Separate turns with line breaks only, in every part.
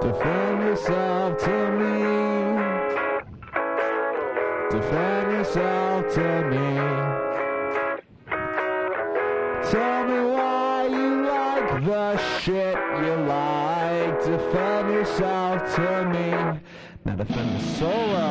Defend yourself to me. Defend yourself to me. Tell me why you like the shit you like. Defend yourself to me. Now defend the solo.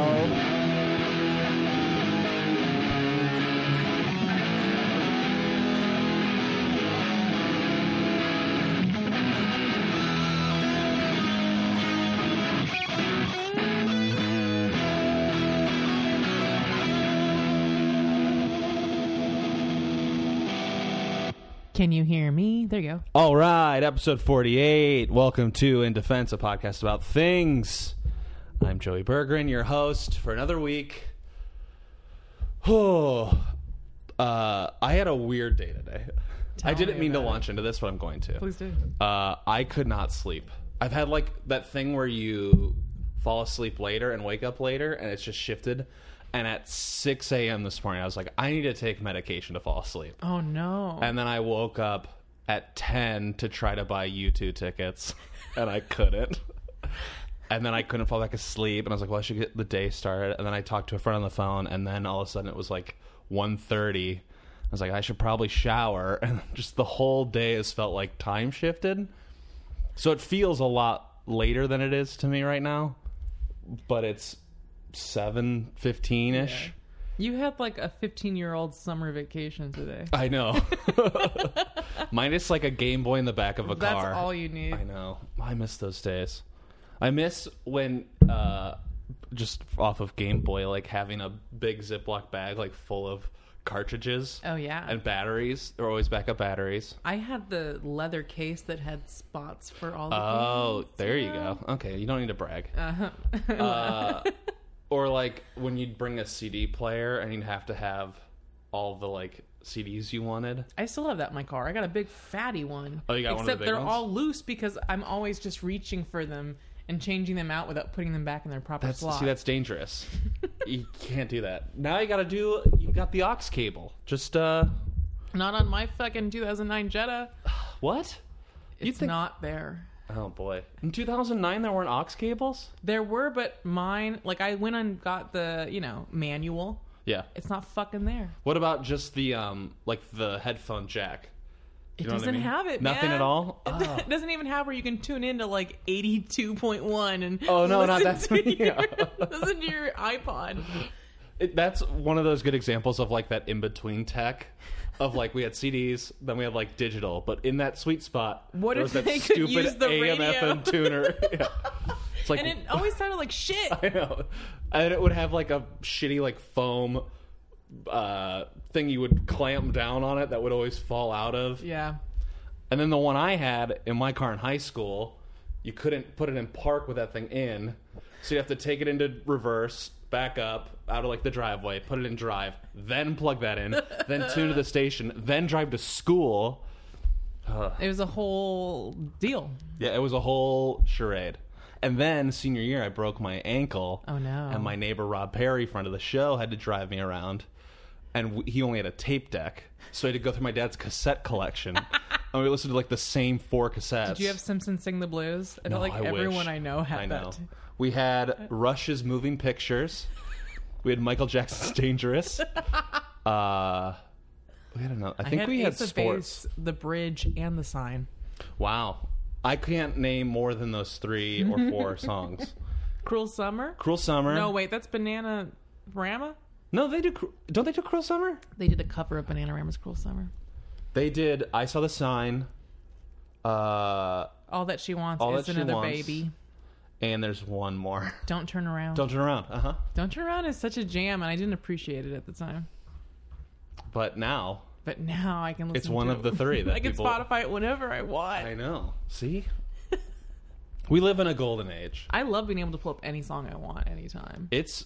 Can you hear me? There you go.
All right, episode 48. Welcome to In Defense, a podcast about things. I'm Joey Bergeron, your host for another week. Oh, uh, I had a weird day today. I didn't
me
mean to
about it.
launch into this, but I'm going to.
Please do.
Uh, I could not sleep. I've had like that thing where you fall asleep later and wake up later, and it's just shifted. And at 6 a.m. this morning, I was like, I need to take medication to fall asleep.
Oh no.
And then I woke up at 10 to try to buy U2 tickets, and I couldn't. and then I couldn't fall back asleep, and I was like, well, I should get the day started. And then I talked to a friend on the phone, and then all of a sudden it was like 1.30. I was like, I should probably shower. And just the whole day has felt like time shifted. So it feels a lot later than it is to me right now, but it's 7.15ish.
Yeah. you had like a 15 year old summer vacation today.
I know. Minus like a Game Boy in the back of a
That's
car.
all you need.
I know. I miss those days. I miss when uh just off of Game Boy like having a big Ziploc bag like full of cartridges
Oh yeah.
and batteries. They're always backup batteries.
I had the leather case that had spots for all the
Oh,
things.
there you go. Okay, you don't need to brag.
Uh-huh.
Uh, or like when you'd bring a CD player and you'd have to have all the like CDs you wanted.
I still have that in my car. I got a big fatty one.
Oh, you got one
Except
of the big
they're
ones?
all loose because I'm always just reaching for them and changing them out without putting them back in their proper
That's
slot.
see, that's e dangerous. you can't do that. Now you got to do. You got the aux cable. Just uh,
Not on my fucking 2009 Jetta.
what?
It's not there.
Oh boy. In 2009, there weren't aux cables.
There were, but mine, like I went and got the, you know, manual.
Yeah.
It's not fucking there.
What about just the um, like the headphone jack?
It
know what I
doesn't
mean?
have it.
Nothing
man.
at all? Oh.
It doesn't even have where you can tune into like eighty two point one and
Oh, no, not
listen
that-
to your,
yeah.
listen to your iPod.
It, that's one of those good examples of like that in between tech. Of like we had CDs, then we had like digital, but in that sweet spot,
What
there
if
was that
they could
stupid
use the
AM
radio?
FM tuner? Yeah. It's like
And it always sounded like shit.
I know. And it would have like a shitty like foam uh thing you would clamp down on it that would always fall out of.
Yeah.
And then the one I had in my car in high school, you couldn't put it in park with that thing in. So you have to take it into reverse, back up, out of like the driveway, put it in drive, then plug that in, then tune to the station, then drive to school.
It was a whole deal.
Yeah, it was a whole charade. And then senior year, I broke my ankle.
Oh, no.
And my neighbor Rob Perry, friend of the show, had to drive me around, and w he only had a tape deck, so I had to go through my dad's cassette collection, and we listened to like the same four cassettes.
Do you have Simpson sing the blues? I
No,
feel like
I wish.
everyone I know had
I know.
that.
We had Rush's Moving Pictures. We had Michael Jackson's Dangerous. Uh, we had another. I think we had
Ace of
sports.
Base, the bridge, and the sign.
Wow, I can't name more than those three or four songs.
Cruel Summer.
Cruel Summer.
No, wait, that's Banana Rama.
No, they do. Cru- Don't they do Cruel Summer?
They did a cover of Banana Rama's Cruel Summer.
They did. I saw the sign. Uh,
All that she wants
All
is
That She
another
Wants.
baby.
and there's one more.
Don't turn around.
Don't turn around. Uh huh.
Don't Turn Around is such a jam, and I didn't appreciate it at the time.
But now
But now I can listen.
it's one
to
of
it.
the three that
I can
people.
Spotify it whenever I want.
I know. See, we live in a golden age.
I love being able to pull up any song I want anytime.
It's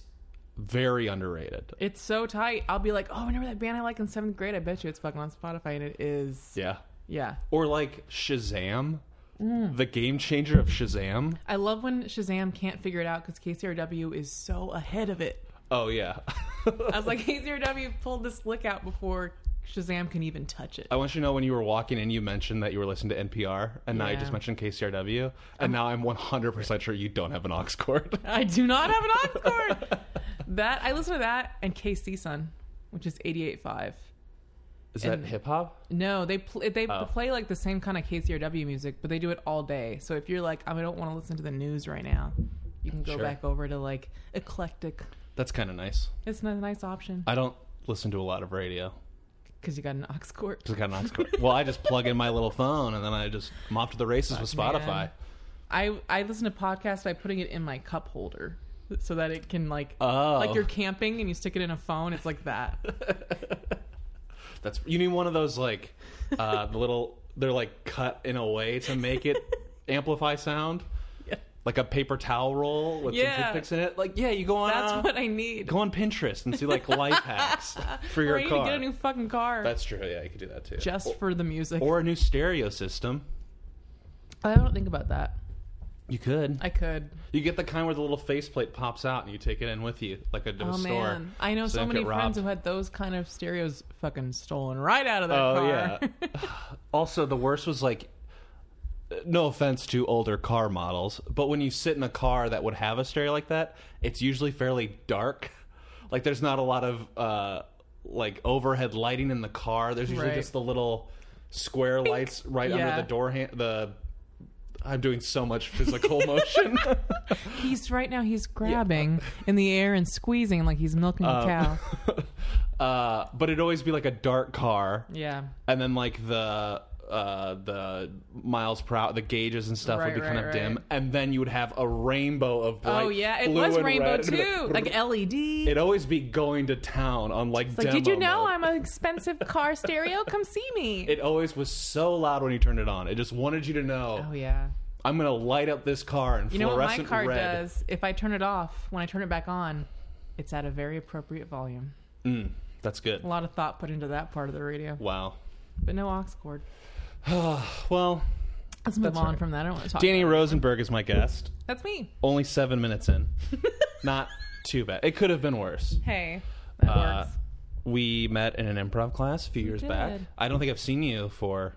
very underrated.
It's so tight. I'll be like, oh, remember that band I like in seventh grade? I bet you it's fucking on Spotify, and it is.
Yeah.
Yeah.
Or like Shazam,
Mm.
the game changer of Shazam.
I love when Shazam can't figure it out because KCRW is so ahead of it.
Oh yeah.
I was like, KCRW pulled this lick out before Shazam can even touch it.
I want you to know when you were walking in, you mentioned that you were listening to NPR, and now you
Yeah.
just mentioned KCRW, and now I'm 100% sure you don't have an aux cord.
I do not have an Oxford. that I listen to that and KC Sun, which is 88.5.
Is that
And-
hip hop?
No, they pl- they
Oh.
play like the same kind of KCRW music, but they do it all day. So if you're like, I don't want to listen to the news right now, you can go
Sure.
back over to like eclectic.
That's kind of nice.
It's a nice option
I don't listen to a lot of radio
because you got an aux cord.
because I got an aux cord. well, I just plug in my little phone, and then I just I'm off to the races with Spotify.
Man. I I listen to podcasts by putting it in my cup holder so that it can like
Oh.
like you're camping and you stick it in a phone. It's like that.
That's you need one of those like uh, the little they're like cut in a way to make it amplify sound,
Yeah.
like a paper towel roll with some
Yeah.
toothpicks in it. Like yeah, you go on
That's
uh,
what I need.
go on Pinterest and see like life hacks for your
I need
car.
to get a new fucking car
That's true. Yeah, you could do that too.
just
or,
for the music.
or a new stereo system.
I don't think about that.
You could.
I could.
You get the kind where the little faceplate pops out and you take it in with you, like a, to a
oh
store.
man, I know
so
so,
don't
many
get
friends
robbed.
who had those kind of stereos fucking stolen right out of their
Oh,
car.
yeah. Also, the worst was like, no offense to older car models, but when you sit in a car that would have a stereo like that, it's usually fairly dark. Like, there's not a lot of uh, like overhead lighting in the car. There's usually
Right.
just the little square lights right
Yeah.
under the door hand. The I'm doing so much physical motion.
he's right now he's grabbing in the air and squeezing like he's milking
Um,
a cow.
uh, but it'd always be like a dark car
Yeah.
and then like the uh the miles per hour the gauges and stuff
Right,
would be kind
right,
of dim
right.
and then you would have a rainbow of bright
Oh yeah, it
blue
was
and
rainbow
red.
too, like LED.
it'd always be going to town on like
It's like, did you know I'm an expensive car stereo? Come see me.
it always was so loud when you turned it on it just wanted you to know
oh yeah.
i'm gonna light up this car in
You know what my
fluorescent
car
red
does? If I turn it off, when I turn it back on, it's at a very appropriate volume.
that's good
A lot of thought put into that part of the radio,
wow
but no aux cord.
well
Let's move
That's
on
right.
from that. I don't want to talk.
danny
about it.
rosenberg is my guest
that's me.
only seven minutes in not too bad it could have been worse
Hey, that
Uh,
works.
we met in an improv class a few years back.
did.
I don't think I've seen you for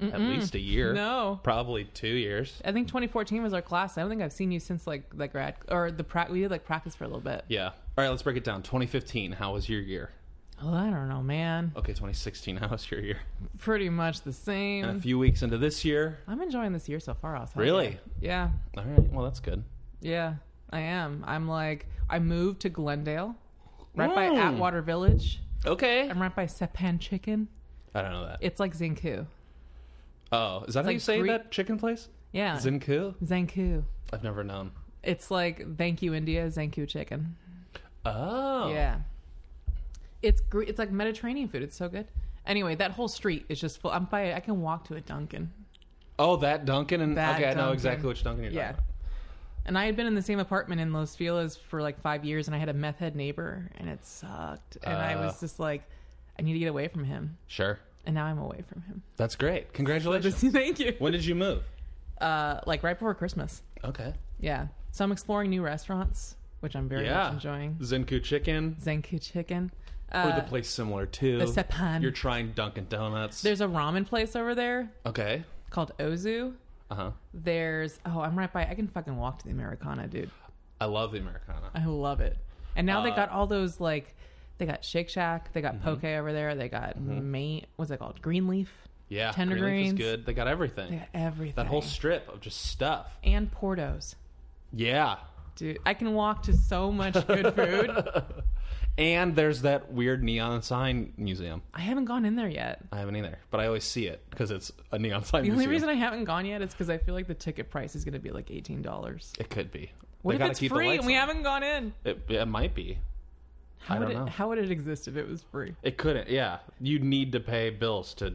at least a year.
No.
Probably two years.
I think 2014 was our class. I don't think I've seen you since like the grad or the pra- we did like practice for a little bit.
Yeah. All right, let's break it down. 2015, how was your year?
Oh, I don't know, man.
Okay, 2016, how was your year?
Pretty much the same.
And a few weeks into this year.
I'm enjoying this year so far. I'll tell
Really?
you. Yeah.
All right, well, that's good.
Yeah, I am. I'm like, I moved to Glendale, right by
Mm.
Atwater Village.
Okay.
I'm right by Sepan Chicken.
I don't know that.
It's like Zanku.
Oh, is that how you
like Uh.
say
Greek-
that chicken place?
Yeah.
Zinku?
Zanku.
I've never known.
It's like thank you India Zanku chicken.
Oh.
Yeah. It's gre- it's like Mediterranean food. It's so good. Anyway, that whole street is just full. I'm by. I can walk to a Dunkin'.
Oh, that Duncan and
That
okay, I know
Dunkin'.
exactly which Duncan you're
Yeah.
talking
And I had been in the same apartment in Los Feliz for like five years, and I had a meth head neighbor, and it sucked. And I
Uh.
was just like, I need to get away from him.
about. Sure.
And now I'm away from him.
That's great. Congratulations.
Thank you.
when did you move?
Uh, like right before Christmas.
Okay.
Yeah. So I'm exploring new restaurants, which I'm very
Yeah.
much enjoying.
Zinku chicken.
Zenku Chicken.
or
Uh,
the place similar to
the Sepan.
You're trying Dunkin' Donuts.
There's a ramen place over there
okay.
called Ozu.
Uh huh.
There's oh, I'm right by. I can fucking walk to the Americana, dude.
I love the Americana.
I love it. And now they
Uh, mm-hmm.
got all those like, they got Shake Shack, they got Poke over there, they got Maine. What's it called? Greenleaf.
Yeah,
Tender
Greenleaf is
greens.
good. They got everything.
They got everything.
That whole strip of just stuff.
and Portos,
Yeah.
dude. I can walk to so much good food.
And there's that weird neon sign museum.
I haven't gone in there yet.
I haven't either, but I always see it because it's a neon sign
The only
museum.
reason I haven't gone yet is because I feel like the ticket price is going to be like eighteen dollars.
it could be.
What
They
if
gotta
it's
keep the
free
lights
and we
on.
haven't gone in?
It, it might be.
How
I
would
don't
it,
know.
How would it exist if it was free?
It couldn't. Yeah, you need to pay bills to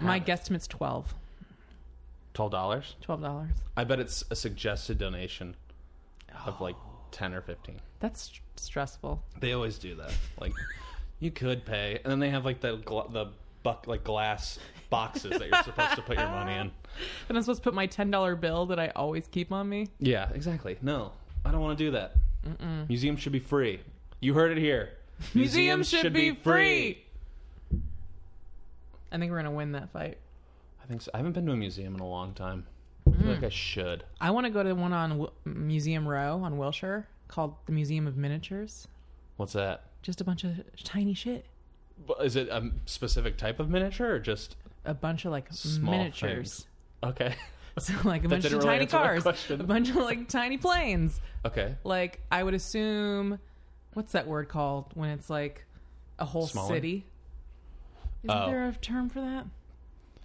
My
it.
guesstimate's twelve.
twelve dollars.
Twelve dollars.
I bet it's a suggested donation of like
Oh.
ten or fifteen.
That's st- stressful.
They always do that. Like, you could pay, and then they have like the gla- the buck like glass boxes that you're supposed to put your money in.
And I'm supposed to put my ten dollar bill that I always keep on me.
Yeah, exactly. No, I don't want to do that. Museums should be free. You heard it here.
Museums, should, be free. I think we're gonna win that fight.
I think so. I haven't been to a museum in a long time. I feel like I should.
I want to go to one on Wi- Museum Row on Wilshire called the Museum of Miniatures.
What's that?
Just a bunch of tiny shit.
Bu- Is it a specific type of miniature or just
A bunch of like
Small
miniatures.
okay?
So like a bunch of
didn't really
tiny
answer my
cars, a
question.
bunch of like tiny planes.
Okay.
Like I would assume, what's that word called when it's like a whole
Small one?
city? Isn't
Oh.
there a term for that?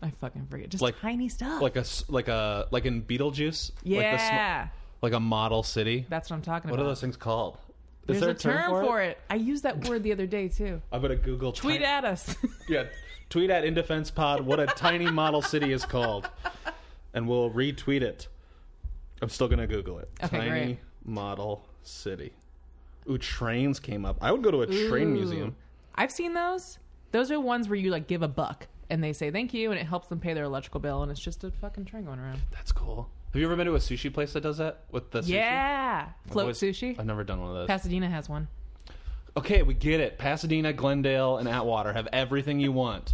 I fucking forget. Just
Like-
tiny stuff.
Like a s- like a like in Beetlejuice. Like, the sm-
yeah,
like a model city.
that's what I'm talking
What are
about.
those things called?
There's a term, for, it? I used that word the other day too.
I'm gonna Google.
Tweet
ti-
at us.
Yeah, tweet at In Defense Pod what a tiny model city is called, and we'll retweet it. I'm still gonna Google it.
Okay,
tiny
great.
model city. Ooh, trains came up. I would go to a train
Ooh.
museum.
I've seen those. Those are ones where you like give a buck and they say thank you and it helps them pay their electrical bill and it's just a fucking train going around.
That's cool. Have you ever been to a sushi place that does that with the sushi?
Yeah.
I've
Float
always-
sushi.
I've never done one of those.
Pasadena has one.
okay, we get it. Pasadena, Glendale, and Atwater have everything you want.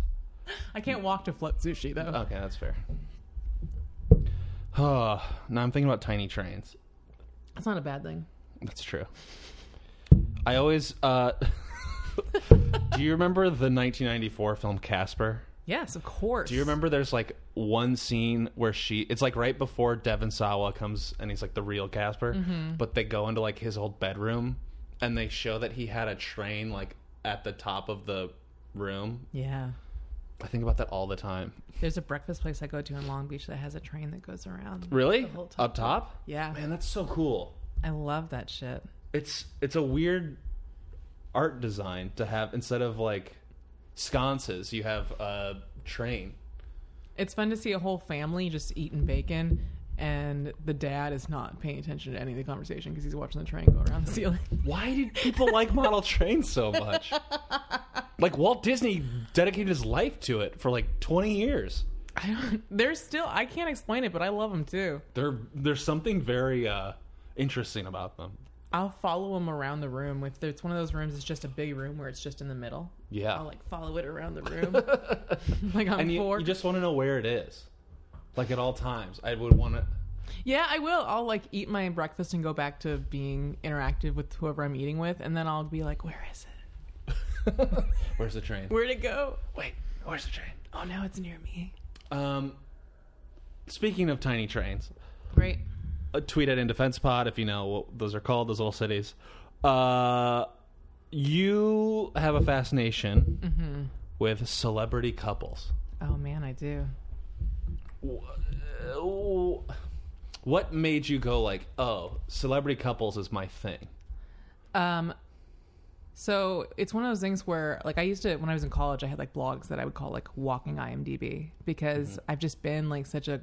I can't walk to float sushi though.
Okay, that's fair. Oh, now I'm thinking about tiny trains.
That's not a bad thing.
That's true. I always. Uh, do you remember the 1994 film Casper?
Yes, of course.
Do you remember there's like one scene where she. It's like right before Devin Sawa comes and he's like the real Casper, but they go into like his old bedroom and they show that he had a train like at the top of the room.
Yeah.
I think about that all the time.
There's a breakfast place I go to in Long Beach that has a train that goes around.
Really?
The whole top.
Up top?
Yeah.
Man, that's so cool.
I love that shit.
it's it's a weird art design to have instead of like sconces you have a train
It's fun to see a whole family just eating bacon and the dad is not paying attention to any of the conversation because he's watching the train go around the ceiling.
why did people like model trains so much like walt disney dedicated his life to it for like 20 years
I don't, they're still. I can't explain it, but I love them too.
there there's something very uh interesting about them
I'll follow them around the room. If it's one of those rooms, it's just a big room where it's just in the middle.
yeah
I'll like follow it around the room, like I'm
and you,
four.
you just want to know where it is like at all times i would want to
yeah, I will. I'll like eat my breakfast and go back to being interactive with whoever I'm eating with, and then I'll be like, "Where is it?
where's the train
Where'd it go?
wait where's the train
Oh, now it's near me."
um speaking of tiny trains
Great.
a tweet at in defense pod if you know what those are called those little cities uh you have a fascination
Mm-hmm.
with celebrity couples
Oh man, I do.
Ooh. what made you go like oh celebrity couples is my thing
Um, so it's one of those things where, like, I used to when I was in college, I had like blogs that I would call like walking IMDb because
Mm-hmm.
I've just been like such a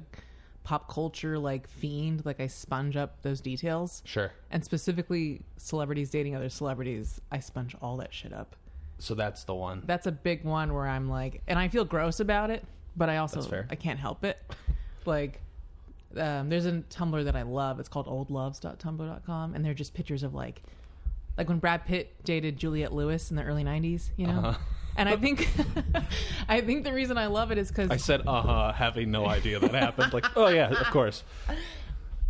pop culture like fiend. Like, I sponge up those details,
sure
and specifically celebrities dating other celebrities. I sponge all that shit up.
so that's the one
That's a big one where I'm like, and I feel gross about it, but I also
That's fair.
I can't help it. Like. Um, there's a Tumblr that I love. It's called oldloves.tumblr.com, and they're just pictures of like like when Brad Pitt dated Juliette Lewis in the early '90s, you know.
Uh-huh.
And I think, I think the reason I love it is
i
because
said uh-huh having no idea that happened like oh yeah of course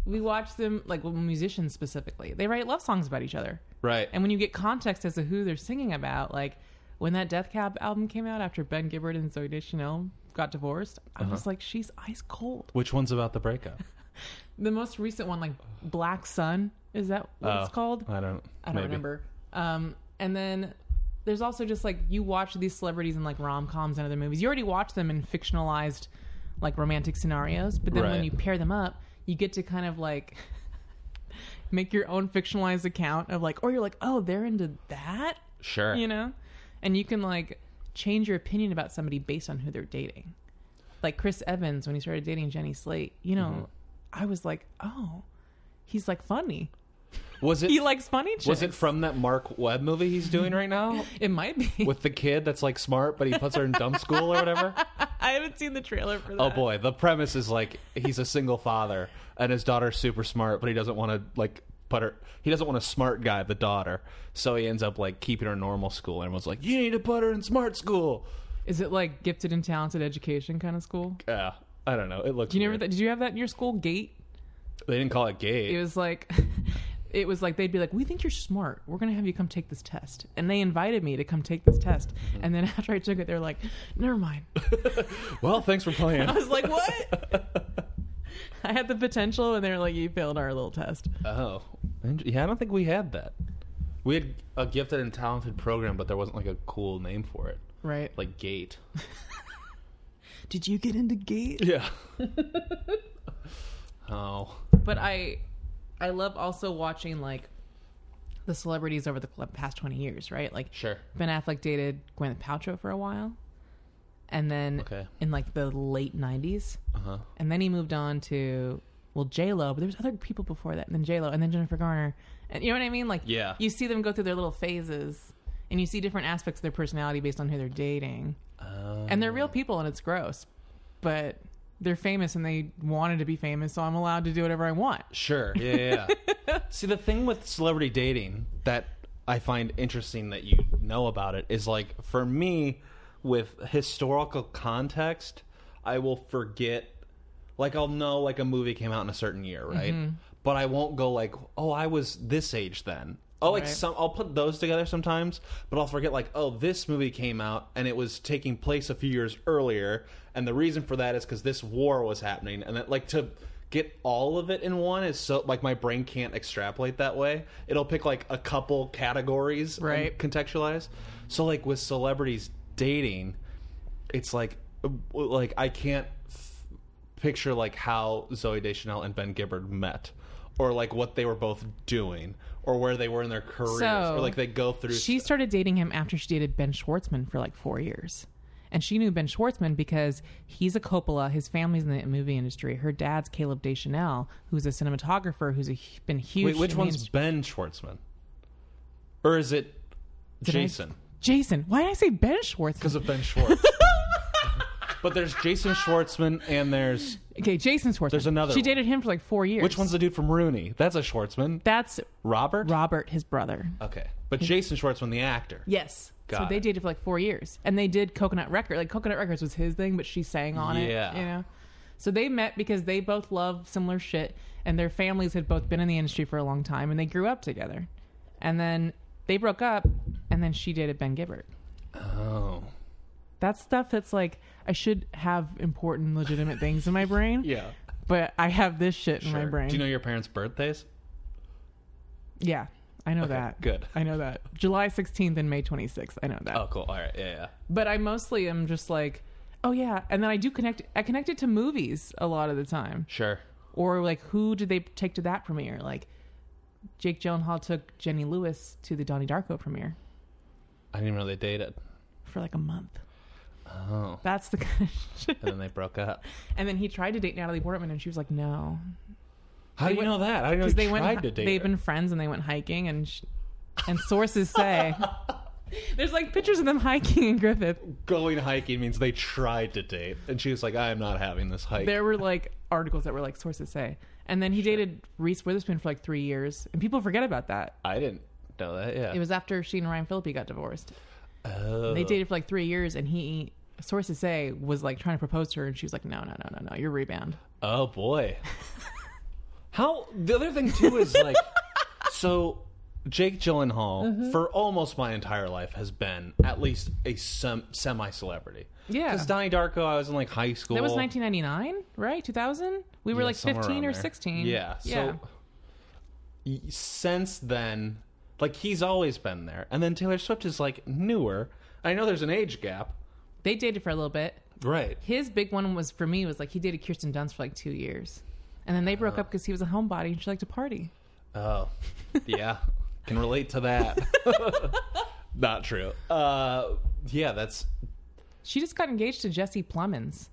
we watch them like well, musicians specifically. They write love songs about each other,
right
and when you get context as to who they're singing about, like when that Death Cab album came out after Ben Gibbard and Zoe Deschanel got divorced, I'm
Uh-huh.
just like, she's ice cold.
which one's about the breakup
The most recent one, like Black Sun, is that what it's
Oh,
called?
i don't
I don't
maybe.
remember. Um, and then there's also just like you watch these celebrities in like rom coms and other movies. You already watch them in fictionalized like romantic scenarios, but then when
Right.
you pair them up, you get to kind of like make your own fictionalized account of like, or you're like, oh, they're into that,
sure
you know, and you can like change your opinion about somebody based on who they're dating. Like Chris Evans when he started dating Jenny Slate, you know,
Mm-hmm.
I was like, oh, he's like funny.
was it
He likes funny chicks.
was it from that mark webb movie he's doing right now
It might be.
with the kid that's like smart, but he puts her in dumb school or whatever.
I haven't seen the trailer for that.
Oh boy, the premise is like he's a single father and his daughter's super smart, but he doesn't want to like put her. He doesn't want a smart guy, the daughter, so he ends up like keeping her in normal school. And everyone's like, "You need to put her in smart school."
Is it like gifted and talented education kind of school?
Yeah, I don't know. It looks.
Do you remember
weird.
that? Did you have that in your school gate?
They didn't call it gate.
It was like, it was like they'd be like, "We think you're smart. We're gonna have you come take this test." And they invited me to come take this test.
Mm-hmm.
And then after I took it, they're like, "Never mind."
well, thanks for playing.
I was like, "What?" I had the potential, and they're like, "You failed our little test."
oh, Int- yeah. I don't think we had that. We had a gifted and talented program, but there wasn't like a cool name for it,
Right?
like gate.
Did you get into gate?
Yeah. oh.
but I I love also watching like the celebrities over the cl- past 20 years, right? Like
Sure.
Ben Affleck dated Gwyneth Paltrow for a while. And then
Okay.
in like the late 90s,
Uh huh.
and then he moved on to well J Lo, but there was other people before that, and then J Lo, and then Jennifer Garner, and you know what I mean? Like
Yeah.
you see them go through their little phases, and you see different aspects of their personality based on who they're dating,
Um,
and they're real people, and it's gross, but they're famous and they wanted to be famous, so I'm allowed to do whatever I want.
Sure. Yeah. Yeah. yeah. See, the thing with celebrity dating that I find interesting that you know about it is like for me, with historical context, I will forget. Like I'll know like a movie came out in a certain year, right?
Mm-hmm.
But I won't go like, oh, I was this age then. Oh, like
Right.
some I'll put those together sometimes, but I'll forget like, oh, this movie came out and it was taking place a few years earlier, and the reason for that is because this war was happening, and that like to get all of it in one is so like my brain can't extrapolate that way. It'll pick like a couple categories, and
Right.
contextualize. So like with celebrities dating, it's like like I can't f- picture like how Zoe Deschanel and Ben Gibbard met, or like what they were both doing, or where they were in their careers,
So,
or like they go through.
She started dating him after she dated Ben Schwartzman for like four years. And she knew Ben Schwartzman because he's a Coppola. His family's in the movie industry. Her dad's Caleb Deschanel, who's a cinematographer who's a, hu- been huge.
Wait, which
in the
one's
industry.
Ben Schwartzman, or is it
Did I-
Jason?
Jason. Why did I say Ben Schwartzman?
Because of Ben Schwartz. but there's Jason Schwartzman, and there's
Okay, Jason Schwartzman.
There's another
She
one.
dated him for like four years.
which one's the dude from Rooney? That's a Schwartzman.
That's
Robert.
Robert, his brother.
okay, but Jason Schwartzman, the actor.
Yes. so
Got
they
it.
dated for like four years, and they did Coconut Record. Like Coconut Records was his thing, but she sang on
Yeah.
it. You know. So they met because they both love similar shit, and their families had both been in the industry for a long time, and they grew up together. And then they broke up, and then she dated Ben Gibbard.
Oh.
That's stuff that's like I should have important, legitimate things in my brain,
Yeah.
but I have this shit in my
Sure.
brain.
Do you know your parents' birthdays?
yeah, I know that.
good.
I know that. July sixteenth and May twenty sixth. I know that.
Oh, cool. All right. Yeah, yeah.
but I mostly am just like, oh yeah, and then I do connect. I connect it to movies a lot of the time,
Sure.
or like who did they take to that premiere? Like Jake Gyllenhaal took Jenny Lewis to the Donnie Darko premiere
I didn't even know they dated.
for like a month.
Oh.
That's the kind of shit.
And then they broke up.
And then he tried to date Natalie Portman, and she was like, no,
How
They
do you
went-
know that? I didn't know
because
you
they
tried
went.
to date.
they've
her.
been friends, and they went hiking, and sh- and sources say. There's like pictures of them hiking in Griffith.
going hiking means they tried to date, and she was like, "I am not having this hike."
there were like articles that were like sources say. And then he dated Reese Witherspoon for like three years, and people forget about that.
I didn't know that. Yeah.
It was after she and Ryan Phillippe got divorced.
oh.
They dated for like three years, and he sources say was like trying to propose to her, and she was like, "No, no, no, no, no, you're rebound."
Oh boy. How the other thing too is like, so Jake Gyllenhaal
Mm-hmm.
for almost my entire life has been at least a sem- semi-celebrity.
Yeah.
Because Donnie Darko, I was in like high school.
That was 1999, right? 2000. We were
Yeah,
like
somewhere
15
around
or
there.
16.
Yeah. So
yeah.
y- since then, like he's always been there, and then Taylor Swift is like newer. I know there's an age gap.
They dated for a little bit.
Right.
His big one was for me was like he dated Kirsten Dunst for like two years, and then they broke up because he was a homebody and she liked to party.
Oh, yeah. Can relate to that. Not true. Uh, yeah, that's.
She just got engaged to Jesse Plemons.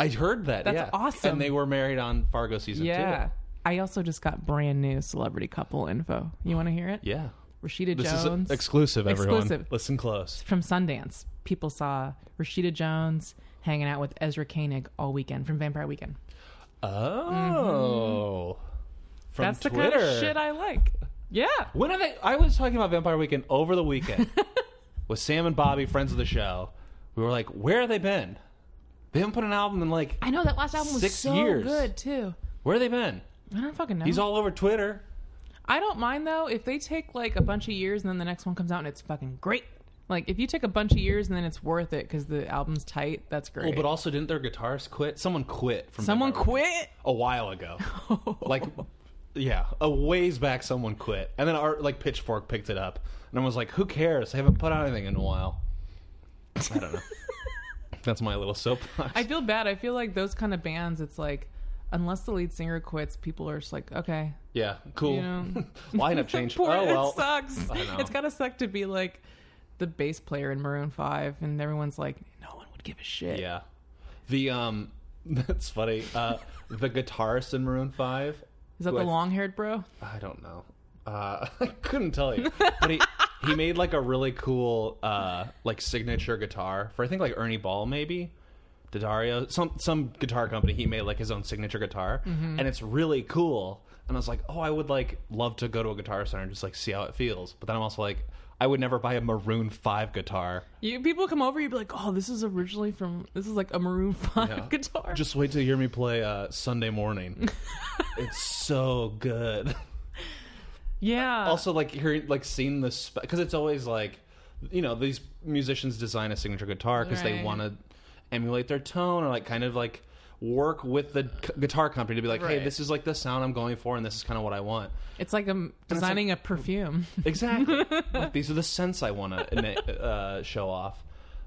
I heard that.
That's
yeah.
awesome.
And they were married on Fargo season
Yeah.
two.
I also just got brand new celebrity couple info. You want to hear it?
Yeah.
Rashida
This
Jones
is exclusive, everyone.
Exclusive.
Listen close.
from Sundance. People saw Rashida Jones hanging out with Ezra Koenig all weekend from Vampire Weekend.
Oh. From
Mm-hmm. That's the
Twitter.
kind of shit I like. Yeah.
When are they? I was talking about Vampire Weekend over the weekend with Sam and Bobby, friends of the show. we were like, where have they been? They haven't put an album in like
I know that last album was
Six
so
years.
good too.
where have they been?
I don't fucking know.
He's all over Twitter.
I don't mind though if they take like a bunch of years and then the next one comes out and it's fucking great. Like if you take a bunch of years and then it's worth it because the album's tight, that's great.
Well, but also didn't their guitarist quit? Someone quit from
Someone
Dead By Water
quit.
a while ago. like yeah, a ways back someone quit. And then our like Pitchfork picked it up and I was like, "Who cares? They haven't put out anything in a while." I don't know. That's my little soapbox.
I feel bad. I feel like those kind of bands, it's like unless the lead singer quits, people are just like, okay,
yeah, cool.
You know.
Lineup change.
Poor-
oh well.
it sucks.
I know.
It's gotta suck to be like the bass player in Maroon Five, and everyone's like, no one would give a shit.
Yeah. The um that's funny. Uh the guitarist in Maroon 5.
Is that
who
the
I-
long-haired bro?
I don't know. Uh I couldn't tell you. But he he made like a really cool uh like signature guitar for I think like Ernie Ball maybe. Daddario, some some guitar company, he made like his own signature guitar, and it's really cool. And I was like, oh, I would like love to go to a guitar center and just like see how it feels. But then I'm also like, I would never buy a Maroon Five guitar.
You people come over, you'd be like, oh, this is originally from this is like a Maroon Five
Yeah.
guitar.
Just wait till you hear me play uh, Sunday morning. it's so
Uh,
good.
yeah.
uh, Also, like hearing, like seeing this because it's always like, you know, these musicians design a signature guitar because they
Right.
want to emulate their tone or like kind of like work with the c- guitar company to be like, hey,
Right.
this is like the sound I'm going for, and this is kind of what I want.
It's like I'm
it's
designing a perfume.
Exactly. like, these are the scents I want to uh, show off.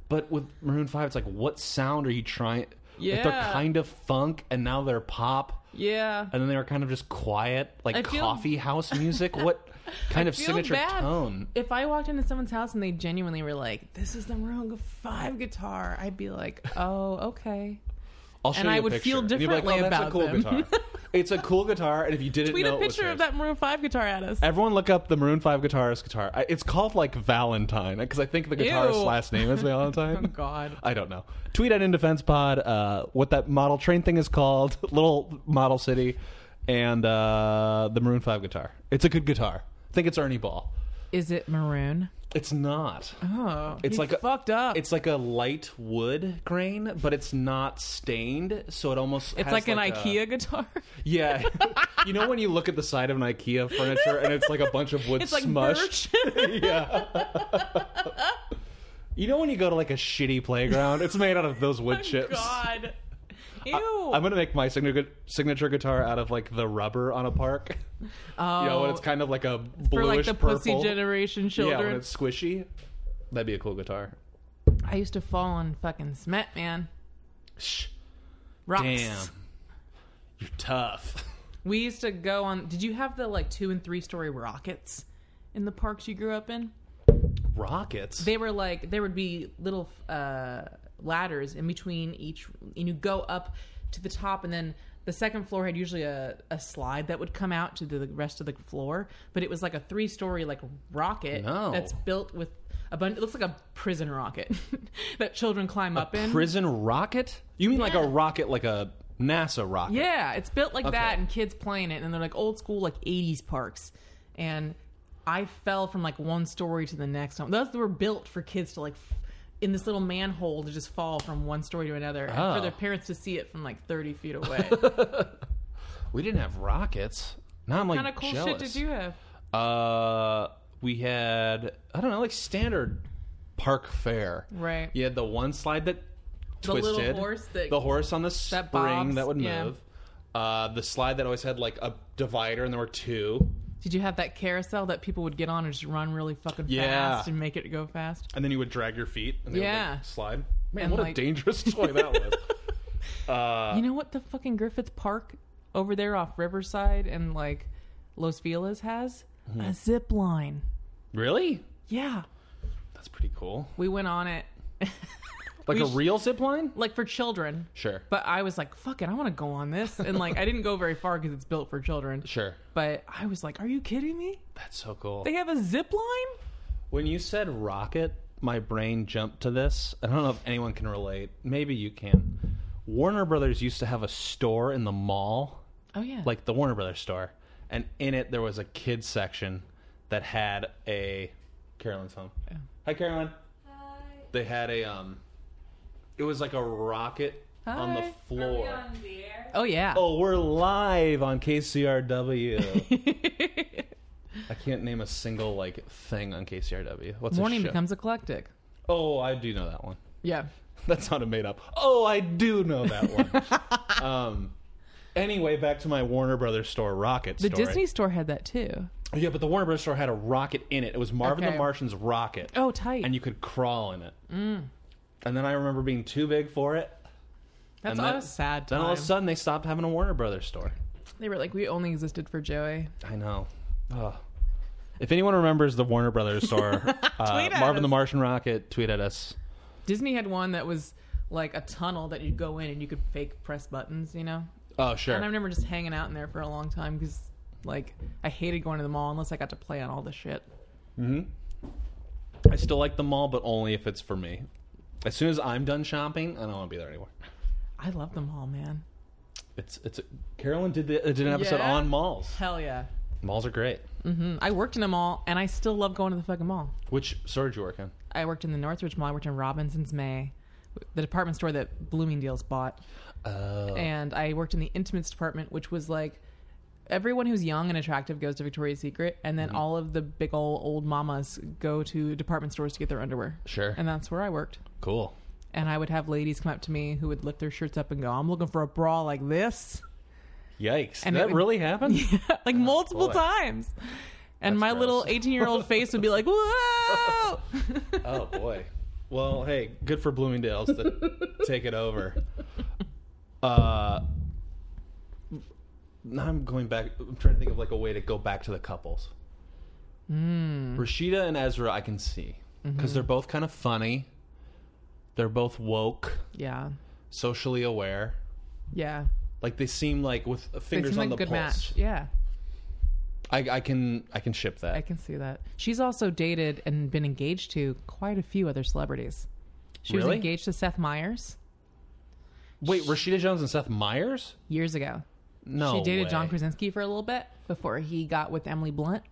But with Maroon Five, it's like, what sound are you trying? Like, they're
Yeah.
kind of funk, and now they're pop.
yeah.
and then they were kind of just quiet, like
I feel-
coffee house music. What kind of
feel
signature
bad.
tone?
If I walked into someone's house and they genuinely were like, "This is the Maroon Five guitar," I'd be like, "Oh, okay."
I'll show
And
you
I
a
would
picture.
feel
And you'd be like,
differently
"Oh, that's
about
a cool
them."
guitar. it's a cool guitar, and if you didn't
Tweet
know,
a
it was
picture
hers.
of that Maroon Five guitar at us.
Everyone look up the Maroon Five guitarist guitar. I- It's called like Valentine because I think the guitarist's
Ew.
last name is
Oh
Valentine.
God.
I don't know. Tweet at In Defense Pod uh, what that model train thing is called, Little Model City, and uh, the Maroon Five guitar. It's a good guitar. I think it's Ernie Ball.
Is it maroon?
It's not.
Oh,
It's
you
like a-
fucked up. It's,
It's like a light wood grain, but it's not stained, so it almost has
like, an
a-
IKEA guitar.
yeah, you know when you look at the side of an IKEA furniture and it's like a bunch of wood
It's like
smushed.
birch.
yeah. you know when you go to like a shitty playground, it's made out of those wood chips.
Oh, God. Ew.
I'm gonna make my signature signature guitar out of like the rubber on a park.
oh,
You know, when it's kind of like a
for
bluish
like the
purple.
pussy generation
yeah, when
children.
it's squishy, that'd be a cool guitar.
I used to fall on fucking smet, man.
Shh.
Rocks.
Damn. You're tough.
We used to go on. Did you have the like two and three story rockets in the parks you grew up in?
Rockets?
They were like there would be little uh, ladders in between each, and you go up to the top, and then the second floor had usually a, a slide that would come out to the rest of the floor. But it was like a three story like rocket
No.
that's built with a bunch. It looks like a prison rocket that children climb up in.
Prison rocket? You mean like a
Yeah.
rocket, like a NASA rocket?
Yeah, it's built like that,
Okay.
and kids playing it, and they're like old school, like '80s parks. And I fell from like one story to the next. one. Those were built for kids to like f- in this little manhole to just fall from one story to another, and
Oh.
for their parents to see it from like 30 feet away.
We didn't have rockets. Now I'm like
kind of cool
jealous.
shit did you have?
Uh, we had I don't know, like standard park fair.
Right.
You had the one slide that
The
twisted.
little horse that-
the horse on the spring
that
that,
bobs,
would
yeah.
move. Uh, the slide that always had like a divider, and there were two.
Did you have that carousel that people would get on and just run really fucking
Yeah.
fast and make it go fast?
and then you would drag your feet and they would
Yeah.
like, slide. Man,
And,
what a
like-
dangerous toy that was. Uh.
you know what the fucking Griffith Park over there off Riverside and like Los Feliz has
Hmm.
a zip line.
really?
Yeah,
That's pretty cool.
we went on it
Like
We
a
sh-
real zip line?
like for children
Sure.
but i was like fuck it i want to go on this and like i didn't go very far because it's built for children
Sure.
but i was like are you kidding me
That's so cool.
they have a zip line
When you said rocket, my brain jumped to this. I don't know if anyone can relate. Maybe you can. Warner Brothers used to have a store in the mall,
oh yeah
like the Warner Brothers store, and in it there was a kids section that had a Carolyn's home. Hi Carolyn. They had a um It was like a rocket on the
Hi.
floor.
Oh yeah.
Oh, we're live on KCRW. I can't name a single like thing on KCRW. What's
Morning
a show?
becomes eclectic.
Oh, I do know that one.
Yeah.
That sounded made up. Oh, I do know that one. um, anyway, back to my Warner Brothers store rocket
The
story.
Disney store had that too.
Yeah, but the Warner Brothers store had a rocket in it. It was Marvin
Okay.
the Martian's rocket.
Oh, Mm. tight.
And you could crawl in it. And then I remember being too big for it.
That's
and
all
then-
a sad
Then
time.
all of a sudden they stopped having a Warner Brothers store.
they were like, we only existed for Joey.
I know. Ugh. If anyone remembers the Warner Brothers store, uh,
Tweet at
Marvin the
us.
Martian rocket, tweet at us.
Disney had one that was like a tunnel that you'd go in and you could fake press buttons, you know?
Oh, sure.
And I remember just hanging out in there for a long time because, like, I hated going to the mall unless I got to play on all the shit.
I still like the mall, but only if it's for me. As soon as I'm done shopping, I don't want to be there anymore.
I love the mall, man.
It's it's Carolyn did the, uh, did an episode
Yeah.
on malls.
Hell yeah.
Malls are great.
Mm, I worked in a mall and I still love going to the fucking mall.
Which store did you work in?
I worked in the Northridge Mall. I worked in Robinson's May, the department store that Bloomingdale's bought.
Oh,
And I worked in the intimates department, which was like everyone who's young and attractive goes to Victoria's Secret, and then all of the big old old mamas go to department stores to get their underwear.
sure.
And that's where I worked.
cool.
And I would have ladies come up to me who would lift their shirts up and go, "I'm looking for a bra like this,"
Yikes! Did
And it
that
would-
really happened?
like multiple
boy.
times. And
That's
my
gross.
little 18 year old face would be like, "Whoa!"
Oh boy. Well, hey, good for Bloomingdale's to take it over. Uh, now I'm going back. I'm trying to think of like a way to go back to the couples.
Hmm.
Rashida and Ezra, I can see
Mm-hmm.
because they're both kind of funny. They're both woke,
yeah,
socially aware.
yeah.
Like they seem like with
They
fingers
seem
on
like
the
a good
pulse.
match. Yeah,
I, I can I can ship that.
I can see that. She's also dated and been engaged to quite a few other celebrities. She was
Really?
engaged to Seth Meyers
Wait, Rashida Jones and Seth Meyers?
years ago.
No,
she dated
way.
John Krasinski for a little bit before he got with Emily Blunt.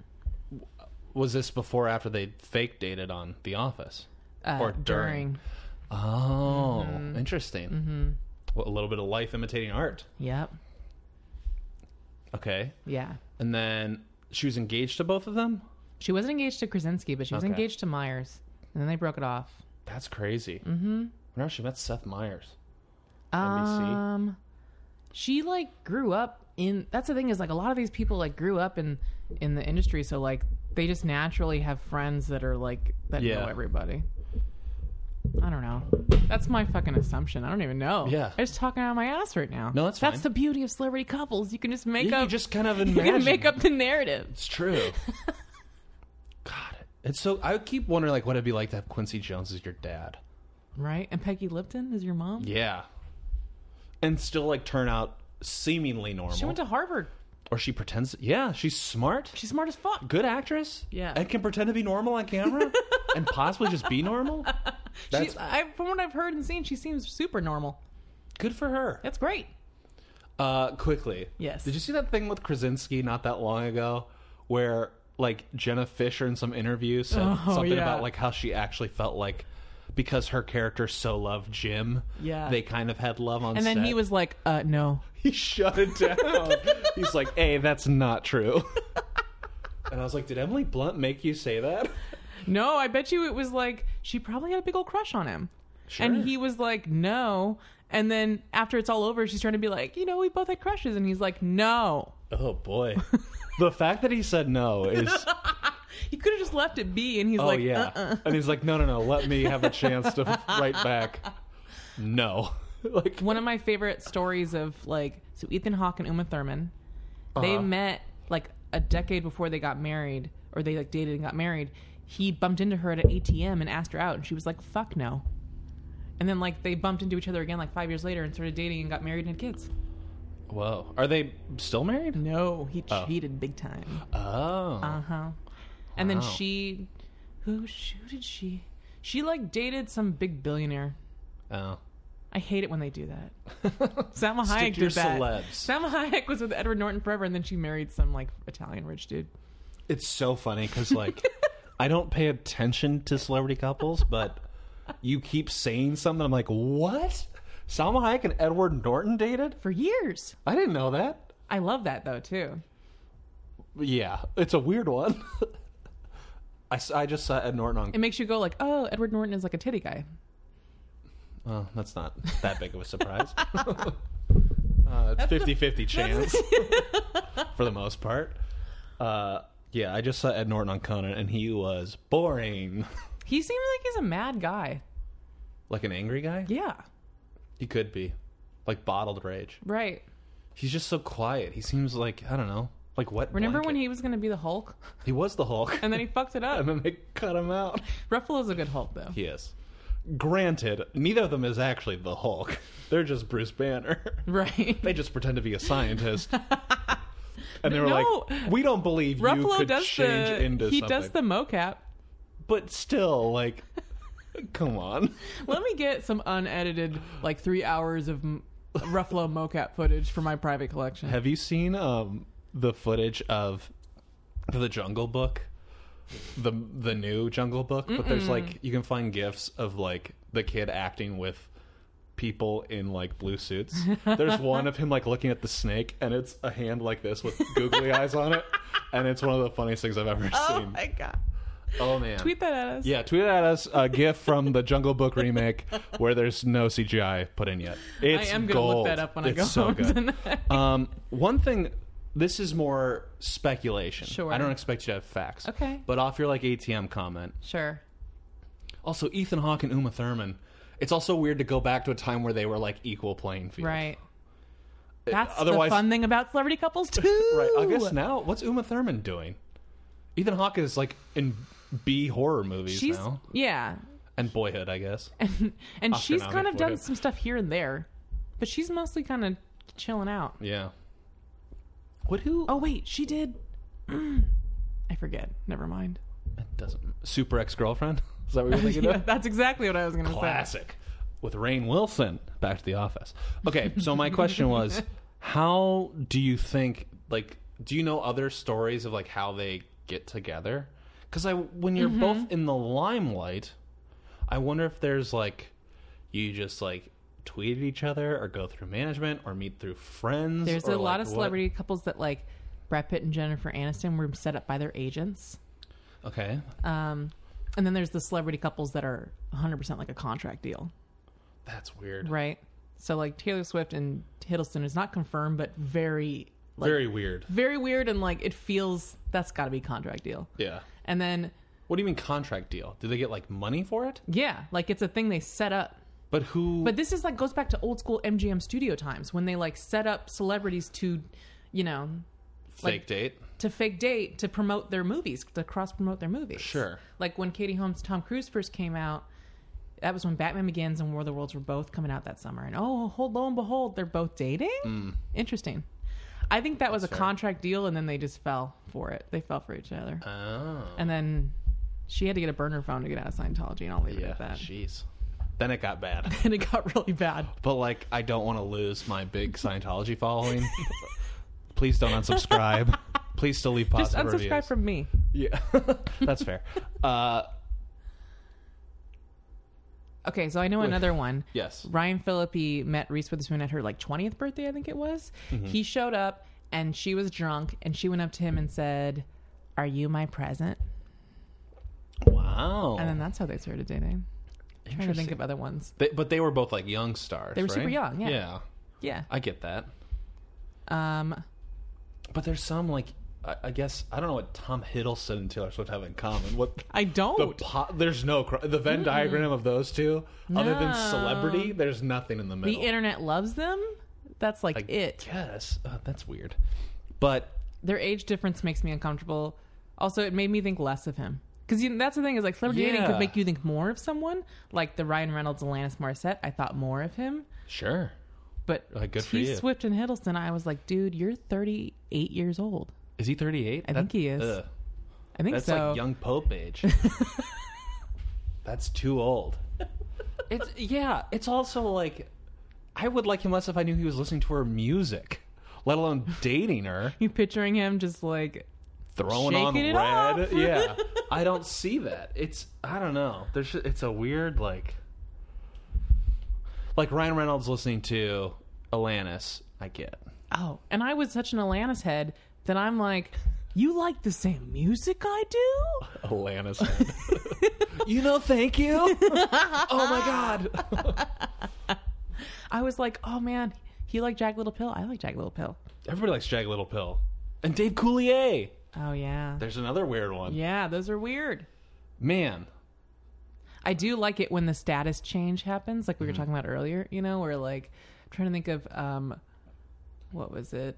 Was this before or after they fake dated on The Office?
Uh,
Or during. Oh, interesting. Mm-hmm. a little bit of life imitating art.
Yep.
Okay.
Yeah.
And then she was engaged to both of them?
She wasn't engaged to Krasinski, but she was
Okay.
engaged to Myers, and then they broke it off.
That's crazy. Mm-hmm. Whenever she met Seth Meyers. NBC?
Um, she like grew up in. That's the thing is like a lot of these people like grew up in in the industry, so like they just naturally have friends that are like that
Yeah.
know everybody. I don't know. That's my fucking assumption. I don't even know.
Yeah.
I'm just talking out of my ass right now.
No, that's
that's
fine.
the beauty of celebrity couples. You can just make
You,
up.
you just kind of
you
imagine.
can make up the narrative.
It's true. God. It's so. I keep wondering, like, what it'd be like to have Quincy Jones as your dad.
Right? And Peggy Lipton is your mom?
Yeah. And still, like, turn out seemingly normal.
She went to Harvard.
or she pretends. Yeah, she's smart.
She's smart as fuck.
good actress.
Yeah.
And can pretend to be normal on camera and possibly just be normal. That's
She's, I, from what I've heard and seen, she seems super normal.
good for her.
That's great.
Uh, quickly.
Yes.
Did you see that thing with Krasinski not that long ago where like Jenna Fisher in some interview said
Oh,
something
yeah.
about like how she actually felt like because her character so loved Jim,
Yeah.
they kind of had love on
And then
set.
he was like, uh, no.
he shut it down. He's like, "Hey, that's not true." and I was like, "Did Emily Blunt make you say that?"
No, I bet you it was like, she probably had a big old crush on him.
Sure.
And he was like, no. And then after it's all over, she's trying to be like, you know, we both had crushes. And he's like, no.
Oh boy. the fact that he said no is
He could have just left it be. And he's
oh
like,
yeah.
uh-uh.
And he's like, no no no, let me have a chance to write back. No. like
One of my favorite stories of like, so Ethan Hawke and Uma Thurman, they
Uh-huh.
met like a decade before they got married, or they like dated and got married. He bumped into her at an ATM and asked her out, and she was like, "Fuck no." And then like they bumped into each other again like five years later and started dating and got married and had kids.
Whoa. Are they still married?
No, he
Oh.
cheated big time.
Oh.
Uh huh. And then
Wow.
she, who, who did she? She like dated some big billionaire.
oh.
I hate it when they do that. Salma
Stick
Hayek
to your
did that.
celebs.
Salma Hayek was with Edward Norton forever, and then she married some like Italian rich dude.
It's so funny cuz like I don't pay attention to celebrity couples, but you keep saying something. I'm like, what? Salma Hayek and Edward Norton dated?
for years.
I didn't know that.
I love that though too.
Yeah, it's a weird one. I, s- I just saw Ed Norton on.
It makes you go like, oh, Edward Norton is like a titty guy.
Oh, that's not that big of a surprise. uh, it's 50 50 chance for the most part. Uh, yeah, I just saw Ed Norton on Conan and he was boring.
He seems like he's a mad guy.
Like an angry guy?
Yeah,
He could be. Like bottled rage.
right.
He's just so quiet. He seems like, I don't know, like what?
Remember when he was gonna be the Hulk,
He was the Hulk
and then he fucked it
and
up.
then they cut him out.
Ruffalo's a good Hulk though.
He is. Granted, neither of them is actually the Hulk. They're just Bruce Banner.
Right.
They just pretend to be a scientist. and they were
No.
like, "We don't believe you
Ruffalo
could
does
change
the
into
he
something."
does the mocap.
but still, like, come on.
Let me get some unedited like three hours of m- Ruffalo mocap footage for my private collection.
Have you seen um, the footage of the Jungle Book, the the new Jungle Book? But there's like you can find gifs of like the kid acting with people in like blue suits. There's one of him like looking at the snake, and it's a hand like this with googly eyes on it, and it's one of the funniest things I've ever
Oh
seen.
my god!
Oh man,
Tweet that at us.
Yeah, tweet at us a GIF from the Jungle Book remake where there's no CGI put in yet. It's
I am gonna
gold.
look that up when
it's
I go
so
home
good.
tonight.
Um, one thing. This is more speculation.
Sure.
I don't expect you to have facts.
Okay.
But off your like ATM comment.
Sure.
Also, Ethan Hawke and Uma Thurman. It's also weird to go back to a time where they were like equal playing field.
Right. That's
Uh, otherwise-
the fun thing about celebrity couples too.
Right. I guess now, what's Uma Thurman doing? Ethan Hawke is like in B horror movies
she's
now,
yeah,
and Boyhood, I guess.
and she's
Astronomic
kind of done
forehead.
some stuff here and there, but she's mostly kind of chilling out.
yeah. What who?
Oh wait, she did. I forget. Never mind.
doesn't super ex girlfriend. Is that what you're thinking
Yeah,
of?
that's exactly what I was going to say.
Classic with Rain Wilson. Back to the office. Okay, so my question was, how do you think? Like, do you know other stories of like how they get together? Because I, when you're
Mm-hmm.
both in the limelight, I wonder if there's like, you just like tweet at each other or go through management or meet through friends.
There's
or,
a
like,
lot of
what-
celebrity couples that like Brad Pitt and Jennifer Aniston were set up by their agents.
Okay,
Um, and then there's the celebrity couples that are 100% like a contract deal,
that's weird.
right? So like Taylor Swift and Hiddleston is not confirmed, but very like
Very weird.
very weird and like it feels that's got to be contract deal.
Yeah.
And then
What do you mean contract deal? Do they get like money for it?
yeah, like it's a thing they set up.
But who?
But this is like goes back to old school MGM studio times when they like set up celebrities to, you know,
fake
like-
date.
to fake date to promote their movies, to cross promote their movies.
Sure.
Like when Katie Holmes, Tom Cruise first came out, that was when Batman Begins and War of the Worlds were both coming out that summer. And oh, hold lo and behold, they're both dating. Interesting. I think that was a
Mm. fair.
contract deal, and then they just fell for it. They fell for each other,
Oh,
and then she had to get a burner phone to get out of Scientology, and I'll leave it
yeah.
at that.
Jeez. Then it got bad.
and it got really bad.
But like, I don't want to lose my big Scientology following. Please don't unsubscribe. Please still leave
Just
positive
unsubscribe
reviews.
from me.
yeah, that's fair. Uh,
Okay, so I know another one.
yes.
Ryan Phillippe met Reese Witherspoon at her like 20th birthday, I think it was.
Mm-hmm.
He showed up and she was drunk and she went up to him and said, Are you my present?
Wow.
And then that's how they started dating. I'm trying to think
Oh. Interesting.
of other ones.
They, but they were both like young stars.
They were
right?
super young, yeah.
Yeah,
Yeah.
I get that.
Um,
But there's some like, I, I guess I don't know what Tom Hiddleston and Taylor Swift have in common. What
I
the
don't.
po- there's no cr- the Venn diagram of those two, other than
No.
celebrity. There's nothing in the
The
middle.
internet loves them. That's like it.
Yes, uh, that's weird. But
Their age difference makes me uncomfortable. Also, it made me think less of him. Because you know, that's the thing is like celebrity dating
Yeah.
could make you think more of someone. Like the Ryan Reynolds, Alanis Morissette, I thought more of him.
sure,
But
Like, good for
T.
you.
Swift and Hiddleston, I was like, dude, you're 38 years old.
is he 38?
I think he is. I think
That's
so.
like young Pope age. that's too old. It's yeah. It's also like I would like him less if I knew he was listening to her music, let alone dating her,
You picturing him just like
throwing on
Shaking it
red.
off.
Yeah, I don't see that. It's I don't know. There's it's a weird like. like Ryan Reynolds listening to Alanis, I get.
Oh, and I was such an Alanis head that I'm like, you like the same music I do?
Alanis. head. you know, thank you. oh my god.
I was like, oh man, he liked Jack Little Pill. I like Jack Little Pill.
Everybody likes Jagged Little Pill. And Dave Coulier.
Oh yeah,
There's another weird one.
yeah, those are weird.
Man.
I do like it when the status change happens, like we were
Mm-hmm.
talking about earlier. You know, where like I'm trying to think of um, what was it?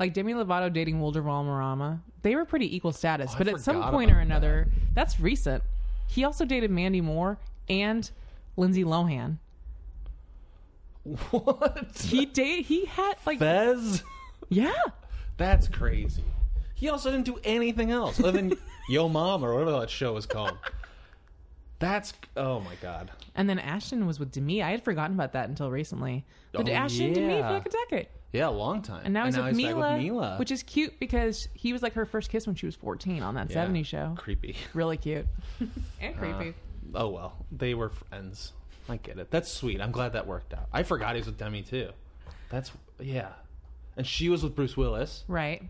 Like Demi Lovato dating Wilder Valderrama. They were pretty equal status,
Oh, I
but at some
forgot
point or
about
another, that's recent. He also dated Mandy Moore and Lindsay Lohan.
What?
He date he had like
Fez?
yeah.
That's crazy. He also didn't do anything else other than Yo Mom or whatever that show is called. That's oh my god.
And then Ashton was with Demi. I had forgotten about that until recently. But
Oh,
Ashton and Demi
yeah.
for like a decade.
Yeah, a long time.
And now he's, with, Mila,
back with Mila,
which is cute because he was like her first kiss when she was 14 on that
Yeah.
70s show.
Creepy.
Really cute Uh, and creepy.
Oh well, they were friends. I get it. That's sweet. I'm glad that worked out. I forgot he was with Demi too. That's yeah. And she was with Bruce Willis.
right.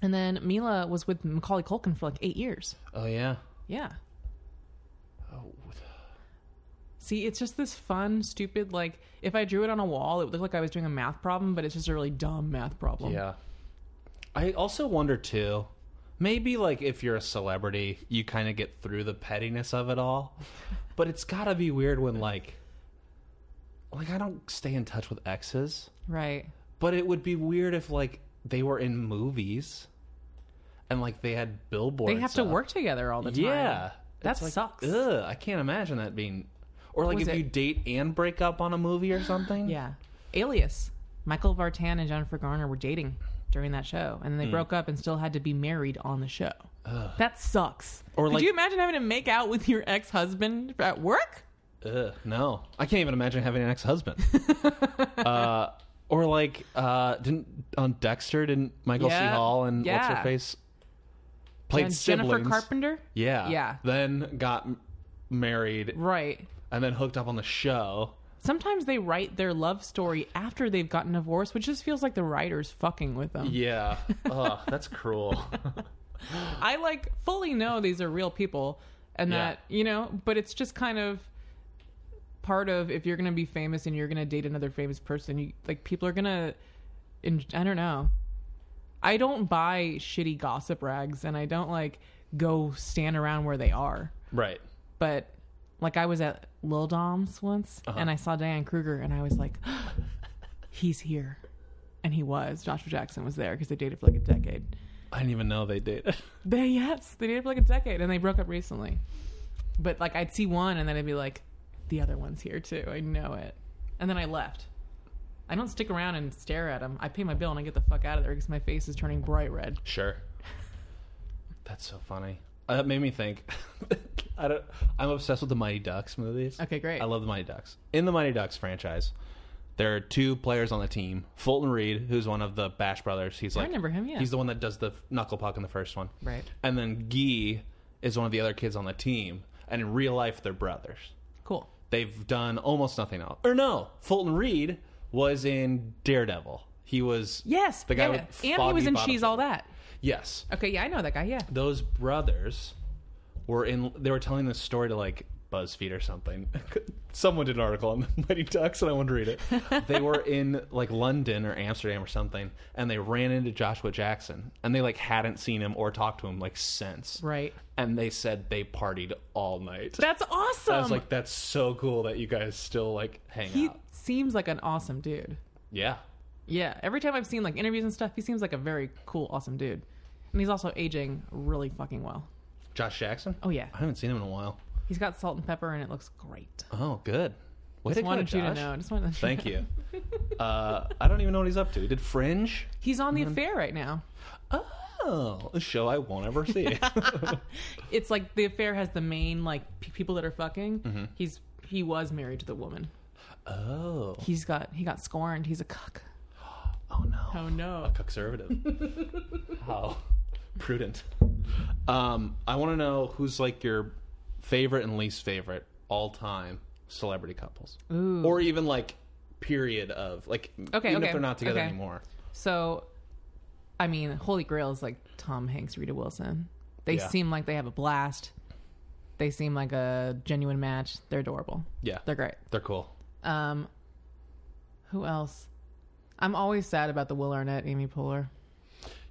And then Mila was with Macaulay Culkin for like eight years.
Oh yeah.
Yeah.
Oh,
See, it's just this fun, stupid, like, if I drew it on a wall, it would look like I was doing a math problem, but it's just a really dumb math problem.
Yeah. I also wonder too. Maybe like if you're a celebrity, you kind of get through the pettiness of it all. But it's got to be weird when like like I don't stay in touch with exes,
Right.
but it would be weird if like they were in movies and like they had billboards.
They have to
up.
work together all the time.
uh, Yeah.
That
It's like,
sucks.
Ugh, I can't imagine that being or like
Was
if
it-
you date and break up on a movie or something.
Yeah. Alias. Michael Vartan and Jennifer Garner were dating during that show, and then they
Hmm.
broke up and still had to be married on the show. That sucks.
Or
Could
like-
you imagine having to make out with your ex husband at work?
Ugh, no, I can't even imagine having an ex-husband. uh, or like, uh, didn't on Dexter? Didn't Michael
Yeah,
C. Hall and what's
yeah.
her face played
And
siblings?
Jennifer Carpenter?
Yeah,
Yeah.
Then got m- married
Right.
and then hooked up on the show.
Sometimes they write their love story after they've gotten divorced, which just feels like the writer's fucking with them.
Yeah, Ugh, that's cruel.
I like fully know these are real people and
Yeah.
that, you know, but it's just kind of part of if you're going to be famous and you're going to date another famous person, you like people are going to I don't know. I don't buy shitty gossip rags and I don't like go stand around where they are.
right.
But like I was at Lil Dom's once
Uh-huh.
and I saw Diane Kruger and I was like he's here. And he was. Joshua Jackson was there because they dated for like a decade.
I didn't even know they dated.
They yes, they dated for like a decade, and they broke up recently. But like, I'd see one, and then I'd be like, the other one's here too. I know it. And then I left. I don't stick around and stare at them. I pay my bill and I get the fuck out of there because my face is turning bright red.
Sure. That's so funny. Uh, That made me think. I don't. I'm obsessed with the Mighty Ducks movies.
Okay, great.
I love the Mighty Ducks. In the Mighty Ducks franchise, there are two players on the team: Fulton Reed, who's one of the Bash brothers. He's like
remember him, yeah.
he's the one that does the knuckle puck in the first one,
Right.
And then Gee is one of the other kids on the team, and in real life, they're brothers.
Cool.
They've done almost nothing else. Or no, Fulton Reed was in Daredevil. He was
Yes.
the guy
yeah.
with
and he was
foggy
in
bottom-
She's All That.
Yes,
Okay, yeah, I know that guy. Yeah.
those brothers were in they were telling this story to like buzzfeed or something someone did an article on the mighty ducks and i wanted to read it they were in like london or amsterdam or something and they ran into joshua jackson and they like hadn't seen him or talked to him like since
Right.
and they said they partied all night
That's
i
awesome.
was like that's so cool that you guys still like hang
he
out
seems like an awesome dude.
yeah
Yeah. Every time I've seen like interviews and stuff, he seems like a very cool, awesome dude. And he's also aging really fucking well.
josh jackson
Oh yeah.
i haven't seen him in a while
He's got salt and pepper, and it looks great.
oh good Way to
Just
go,
wanted you to
Josh.
know. Just wanted to
Thank you. Uh, I don't even know what he's up to. He did Fringe.
He's on the
Mm-hmm.
affair right now.
Oh, a show I won't ever see.
It's like the affair has the main like p- people that are fucking.
Mm-hmm.
He's he was married to the woman.
oh,
He's got he got scorned. He's a cuck.
oh no,
Oh no.
conservative. How prudent. Um, I want to know who's like your favorite and least favorite all time celebrity couples,
Ooh.
or even like period of like
Okay,
even
okay,
if they're not together
okay.
anymore.
So, I mean, Holy Grail is like Tom Hanks, Rita Wilson. They
Yeah.
seem like they have a blast. They seem like a genuine match. They're adorable.
Yeah,
They're great.
they're cool.
Um, who else? I'm always sad about the Will Arnett, Amy Poehler.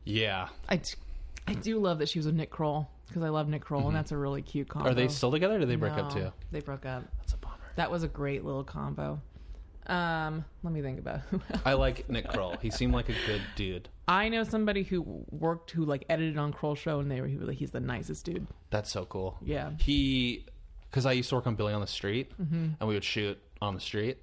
Yeah,
I, d- I do love that she was with Nick Kroll because I love Nick Kroll and that's a really cute combo.
Mm-hmm. are they still together? or Did they break up
No,
too?
They broke up.
Uh-huh. That's a bummer.
That was a great little combo. Um, let me think about who else.
I like Nick Kroll. He seemed like a good dude.
I know somebody who worked who like edited on Kroll show and they were he was like he's the nicest dude.
That's so cool.
Yeah. Mm-hmm.
He, because I used to work on Billy on the Street, and we would shoot on the street,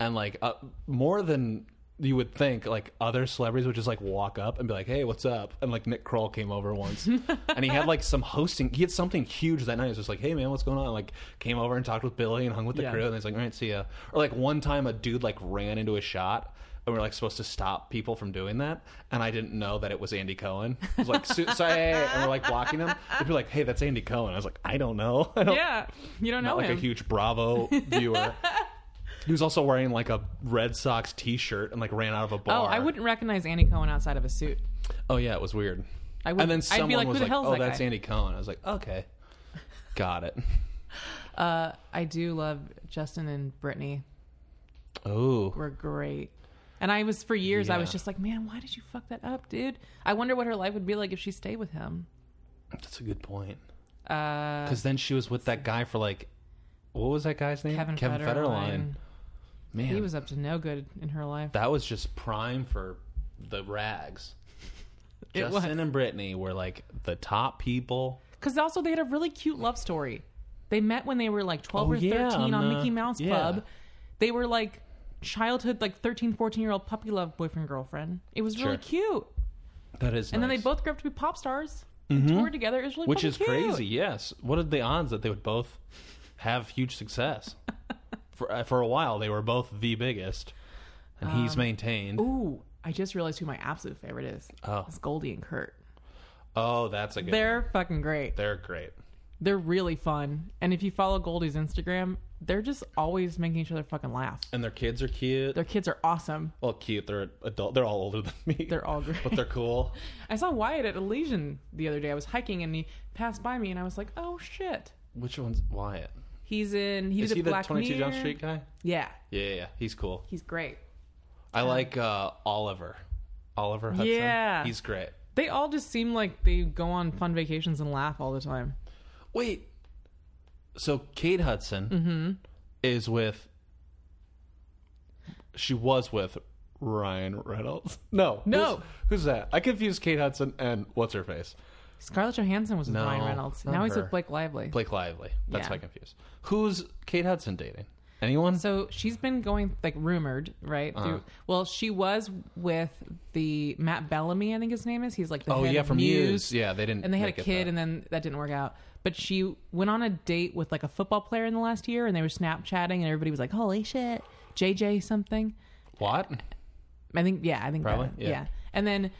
and like uh, more than you would think, like other celebrities would just like walk up and be like, "Hey, what's up?" And like Nick Kroll came over once, and he had like some hosting. He had something huge that night. He was just like, "Hey, man, what's going on?" And, like came over and talked with Billy and hung with the
Yeah.
crew, and he's like, "All right, see ya." Or like one time, a dude like ran into a shot. And we are like supposed to stop people from doing that, and I didn't know that it was Andy Cohen. It was like, so, so, hey, and we're like blocking him. They'd be like, "Hey, that's Andy Cohen." I was like, "I don't know." I don't
Yeah, you don't know
not like
him.
a huge Bravo viewer. he was also wearing like a Red Sox T-shirt and like ran out of a
oh,
bar.
I wouldn't recognize Andy Cohen outside of a suit.
Oh yeah, it was weird.
I would-
and then
I'd be
someone
like,
was
"Who the
like,
hell's
"Oh,
that
that's
guy?"
Andy Cohen." I was like, "Okay, got it."
Uh, I do love Justin and Brittany.
Oh,
Were great. And I was for years. I was
Yeah.
just like, man, why did you fuck that up, dude? I wonder what her life would be like if she stayed with him.
that's a good point.
Uh,
Because then she was with that guy for like, what was that guy's name?
Kevin, Federline.
Man,
He was up to no good in her life.
that was just prime for the rags.
It
Justin
was.
and Brittany were like the top people.
Because also they had a really cute love story. They met when they were like 12
Oh,
or
yeah,
13
on
on
the-
Mickey Mouse
yeah.
Club. They were like childhood, like 13, 14 year old puppy love boyfriend, girlfriend. It was really
Sure.
cute.
That is,
And then they
nice. Mm-hmm.
both grew up to be pop stars and toured together. It was really
which
fucking
is
cute.
crazy. Yes, what are the odds that they would both have huge success? for uh, for a while, they were both the biggest, and he's maintained.
Um, Ooh, I just realized who my absolute favorite is.
Oh.
It's Goldie and Kurt.
Oh, that's a good. They're,
They're fucking great.
they're great.
They're really fun. And if you follow Goldie's Instagram, they're just always making each other fucking laugh.
And their kids are cute.
Their kids are awesome.
well, cute. They're adult. They're all older than me.
They're all great.
but they're cool.
I saw Wyatt at Elysian the other day. I was hiking and he passed by me and I was like, oh shit.
Which one's Wyatt?
He's in. He
Is
did
he the
Black
twenty two
Mirror.
Jump Street guy?
Yeah,
Yeah, yeah, yeah. he's cool.
he's great.
I like uh, Oliver. Oliver Hudson.
Yeah.
he's great.
They all just seem like they go on fun vacations and laugh all the time.
Wait. So Kate Hudson
Mm-hmm.
is with. She was with Ryan Reynolds. No,
No.
Who's, who's that? I confused Kate Hudson and what's her face?
Scarlett Johansson was with
No,
Ryan Reynolds.
not
Now he's
her.
with Blake Lively.
Blake Lively. That's
Yeah.
how I confused. Who's Kate Hudson dating? Anyone?
So she's been going like rumored, right?
Uh-huh.
Through, well, she was with the Matt Bellamy, I think his name is. He's like the
oh
head
yeah,
of
from
Muse.
Muse. Yeah, they didn't.
and they had a
make it
kid,
though.
and then that didn't work out. But she went on a date with like a football player in the last year, and they were Snapchatting, and everybody was like, "Holy shit, JJ something."
what?
I think yeah, I think
Probably,
that-
yeah.
yeah. And then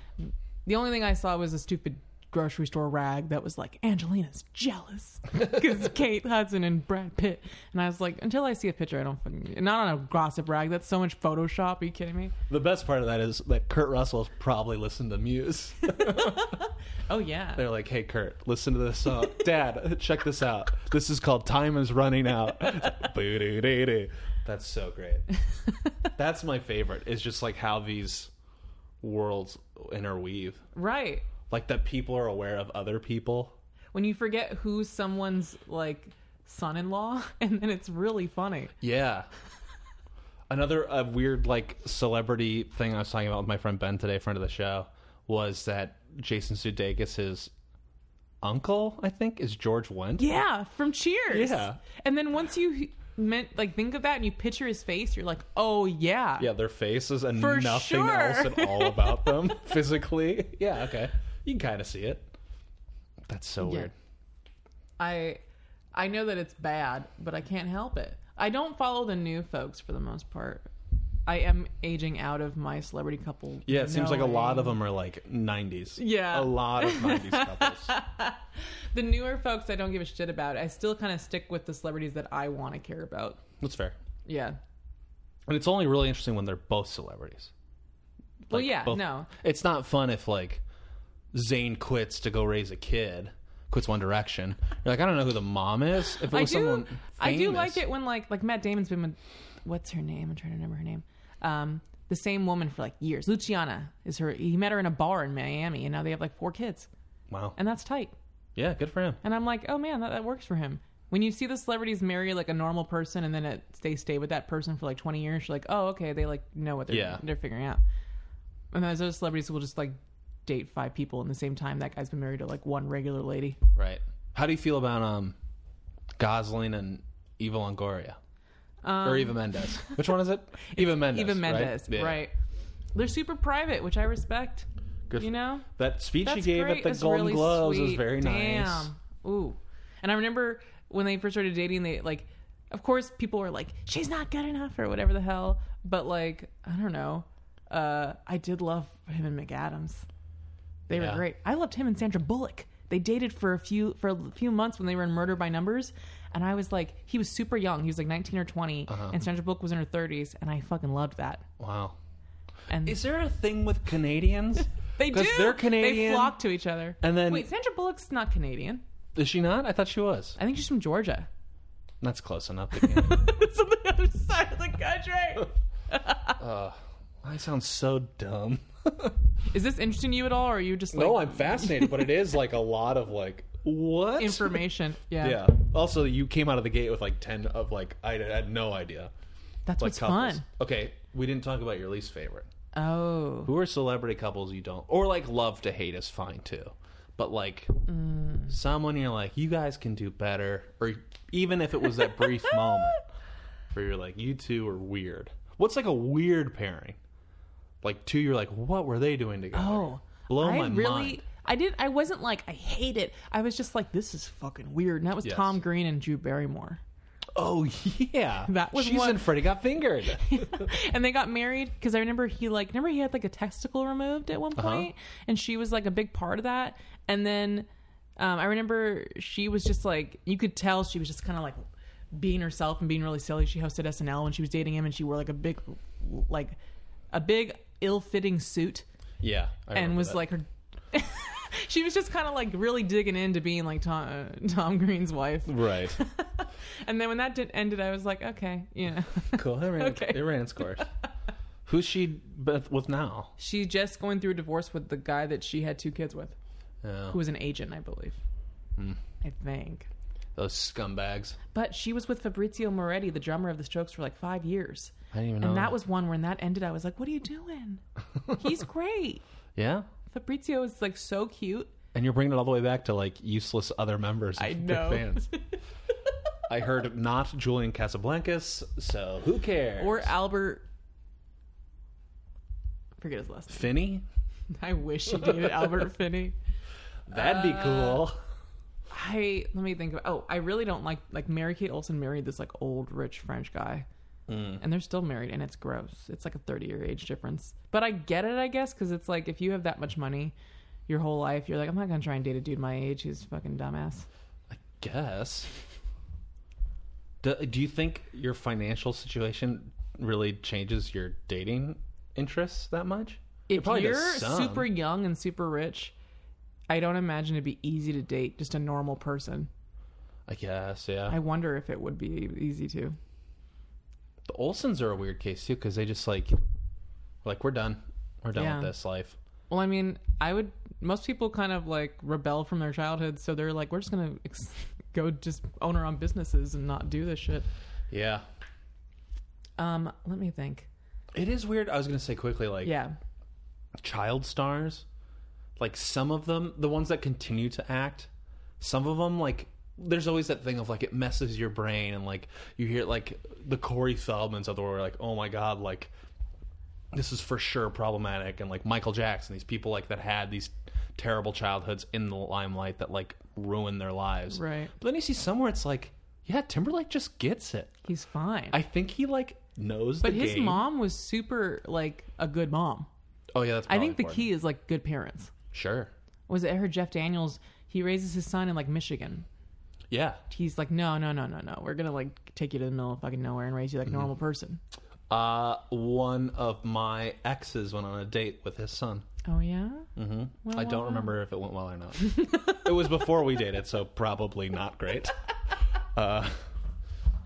the only thing I saw was a stupid grocery store rag that was like Angelina's jealous because Kate Hudson and Brad Pitt. And I was like, until I see a picture, I don't fucking not on a gossip rag. That's so much Photoshop. Are you kidding me?
The best part of that is that Kurt Russell's probably listened to Muse.
Oh yeah,
They're like, "Hey, Kurt, listen to this song. Dad, check this out. This is called Time Is Running Out." Boo-doo-doo-doo. That's so great. That's my favorite. Is just like how these worlds interweave.
right.
Like that people are aware of other people.
When you forget who someone's like son-in-law, and then it's really funny.
Yeah. Another uh, weird like celebrity thing I was talking about with my friend Ben today, friend of the show, was that Jason Sudeikis' uncle, I think, is George Wendt.
Yeah, from Cheers.
Yeah.
And then once you meant like think of that and you picture his face, you're like, oh yeah.
Yeah, their faces and
For
nothing
sure.
else at all about them physically. Yeah, okay. You can kind of see it. That's so
Yeah.
weird.
I I know that it's bad, but I can't help it. I don't follow the new folks for the most part. I am aging out of my celebrity couple.
Yeah, it seems like a lot
knowing.
of them are like 90s.
Yeah.
A lot of 90s couples.
the newer folks I don't give a shit about. I still kind of stick with the celebrities that I want to care about.
That's fair.
Yeah.
And it's only really interesting when they're both celebrities.
Well,
Like,
yeah,
both-
no.
It's not fun if like Zayn quits to go raise a kid, quits One Direction. You're like, I don't know who the mom is. If it
I
was
do.
someone,
I do
famous-
like it when like like Matt Damon's been with what's her name? I'm trying to remember her name. Um, the same woman for like years. Luciana is her. He met her in a bar in Miami, and now they have like four kids,
Wow.
and that's tight.
Yeah, good for him.
And I'm like, oh man, that, that works for him. When you see the celebrities marry like a normal person, and then it, they stay with that person for like 20 years, you're like, oh okay, they like know what they're
Yeah.
they're figuring out. And there's those celebrities who will just like date five people in the same time. That guy's been married to like one regular lady.
Right. How do you feel about um Gosling and Eva Longoria? or Eva Mendes? Which one is it? Eva Mendes.
Even Um, Mendes,
Yeah.
right? They're super private, which I respect.
Good.
You know,
That speech
that's
she gave
great.
at the
That's
Golden
really
Globes was
sweet.
very
Damn.
nice.
Ooh, and I remember when they first started dating, they like, of course, people were like, "She's not good enough" or whatever the hell. But like, I don't know. Uh, I did love him and McAdams. They
Yeah.
were great. I loved him and Sandra Bullock. They dated for a few for a few months when they were in Murder by Numbers, and I was like, he was super young. He was like 19 or 20,
Uh-huh.
and Sandra Bullock was in her 30s, and I fucking loved that.
Wow.
And
Is there a thing with Canadians?
They do.
They're Canadian.
They flock to each other.
And then-
wait, Sandra Bullock's not Canadian.
Is she not? I thought she was.
I think she's from Georgia.
That's close enough. to Canada.
it's on the other side of the country.
I sound so dumb.
Is this interesting to you at all, or are you just like
No, I'm fascinated, but it is like a lot of like what
information? Yeah,
Yeah. Also, you came out of the gate with like ten of like I had no idea.
that's
Like
what's
couples.
fun.
Okay, we didn't talk about your least favorite.
Oh,
Who are celebrity couples you don't or like love to hate is fine too, but like
Mm.
someone you're like you guys can do better, or even if it was that brief moment where you're like you two are weird. What's like a weird pairing? Like two, you're like what were they doing together?
oh,
blow
I
my
really,
mind.
I did. I wasn't like I hate it. I was just like this is fucking weird. And that was
Yes.
Tom Green and Drew Barrymore.
Oh yeah,
That was
she's
one-
in Freddy Got Fingered.
and they got married because I remember he like remember he had like a testicle removed at one
Uh-huh.
point, and she was like a big part of that. And then um, I remember she was just like you could tell she was just kind of like being herself and being really silly. She hosted SNL when she was dating him, and she wore like a big like a big ill-fitting suit
yeah, I
and
remember
was
that.
like her. she was just kind of like really digging into being like Tom, uh, Tom Green's wife.
right.
And then when that did, ended, I was like, okay, you know.
Cool. It ran,
Okay.
it ran its course. Who's she be- with now?
She's just going through a divorce with the guy that she had two kids with,
Yeah.
who was an agent, I believe. I think.
Those scumbags.
But she was with Fabrizio Moretti, the drummer of the Strokes, for like five years.
I didn't even know.
And that was one when that ended, I was like, what are you doing? He's great.
yeah.
Fabrizio is like so cute.
And you're bringing it all the way back to like useless other members. Of
I
the
know.
Fans. I heard not Julian Casablancas, so who cares?
Or Albert. Forget his last
Finney?
name. I wish he dated Albert Finney.
That'd
Uh,
be cool.
I let me think. Of, oh, I really don't like like Mary Kate Olsen married this like old rich French guy,
Mm.
and they're still married, and it's gross. It's like a thirty year age difference, but I get it, I guess, because it's like if you have that much money, your whole life, you're like, I'm not gonna try and date a dude my age who's fucking dumbass.
I guess. Do, do you think your financial situation really changes your dating interests that much? It
If
probably does
you're
some.
super young and super rich, I don't imagine it'd be easy to date just a normal person.
I guess, yeah.
I wonder if it would be easy to.
The Olsons are a weird case too because they just like, like we're done, we're done
Yeah.
with this life.
Well, I mean, I would. Most people kind of like rebel from their childhood, so they're like, we're just gonna ex- go just own our own businesses and not do this shit.
Yeah,
Um, let me think.
it is weird. I was gonna say quickly, like
Yeah,
child stars, like some of them, the ones that continue to act, some of them like. There's always that thing of like it messes your brain and like you hear like the Corey Feldmans of the world like oh my god like this is for sure problematic and like Michael Jackson these people like that had these terrible childhoods in the limelight that like ruined their lives
right.
But then you see somewhere it's like, yeah, Timberlake just gets it.
He's fine.
I think he like knows
but
the
his
game.
mom was super like a good mom.
Oh yeah, that's.
I think the
probably important.
key is like good parents.
Sure.
Was it her Jeff Daniels? He raises his son in like Michigan,
Yeah.
He's like, no, no, no, no, no. We're gonna like take you to the middle of fucking nowhere and raise you like a
Mm-hmm.
normal person.
Uh, one of my exes went on a date with his son.
Oh yeah.
Mm-hmm.
Well,
I don't
well,
remember if it went well or not. it was before we dated, so probably not great. Uh,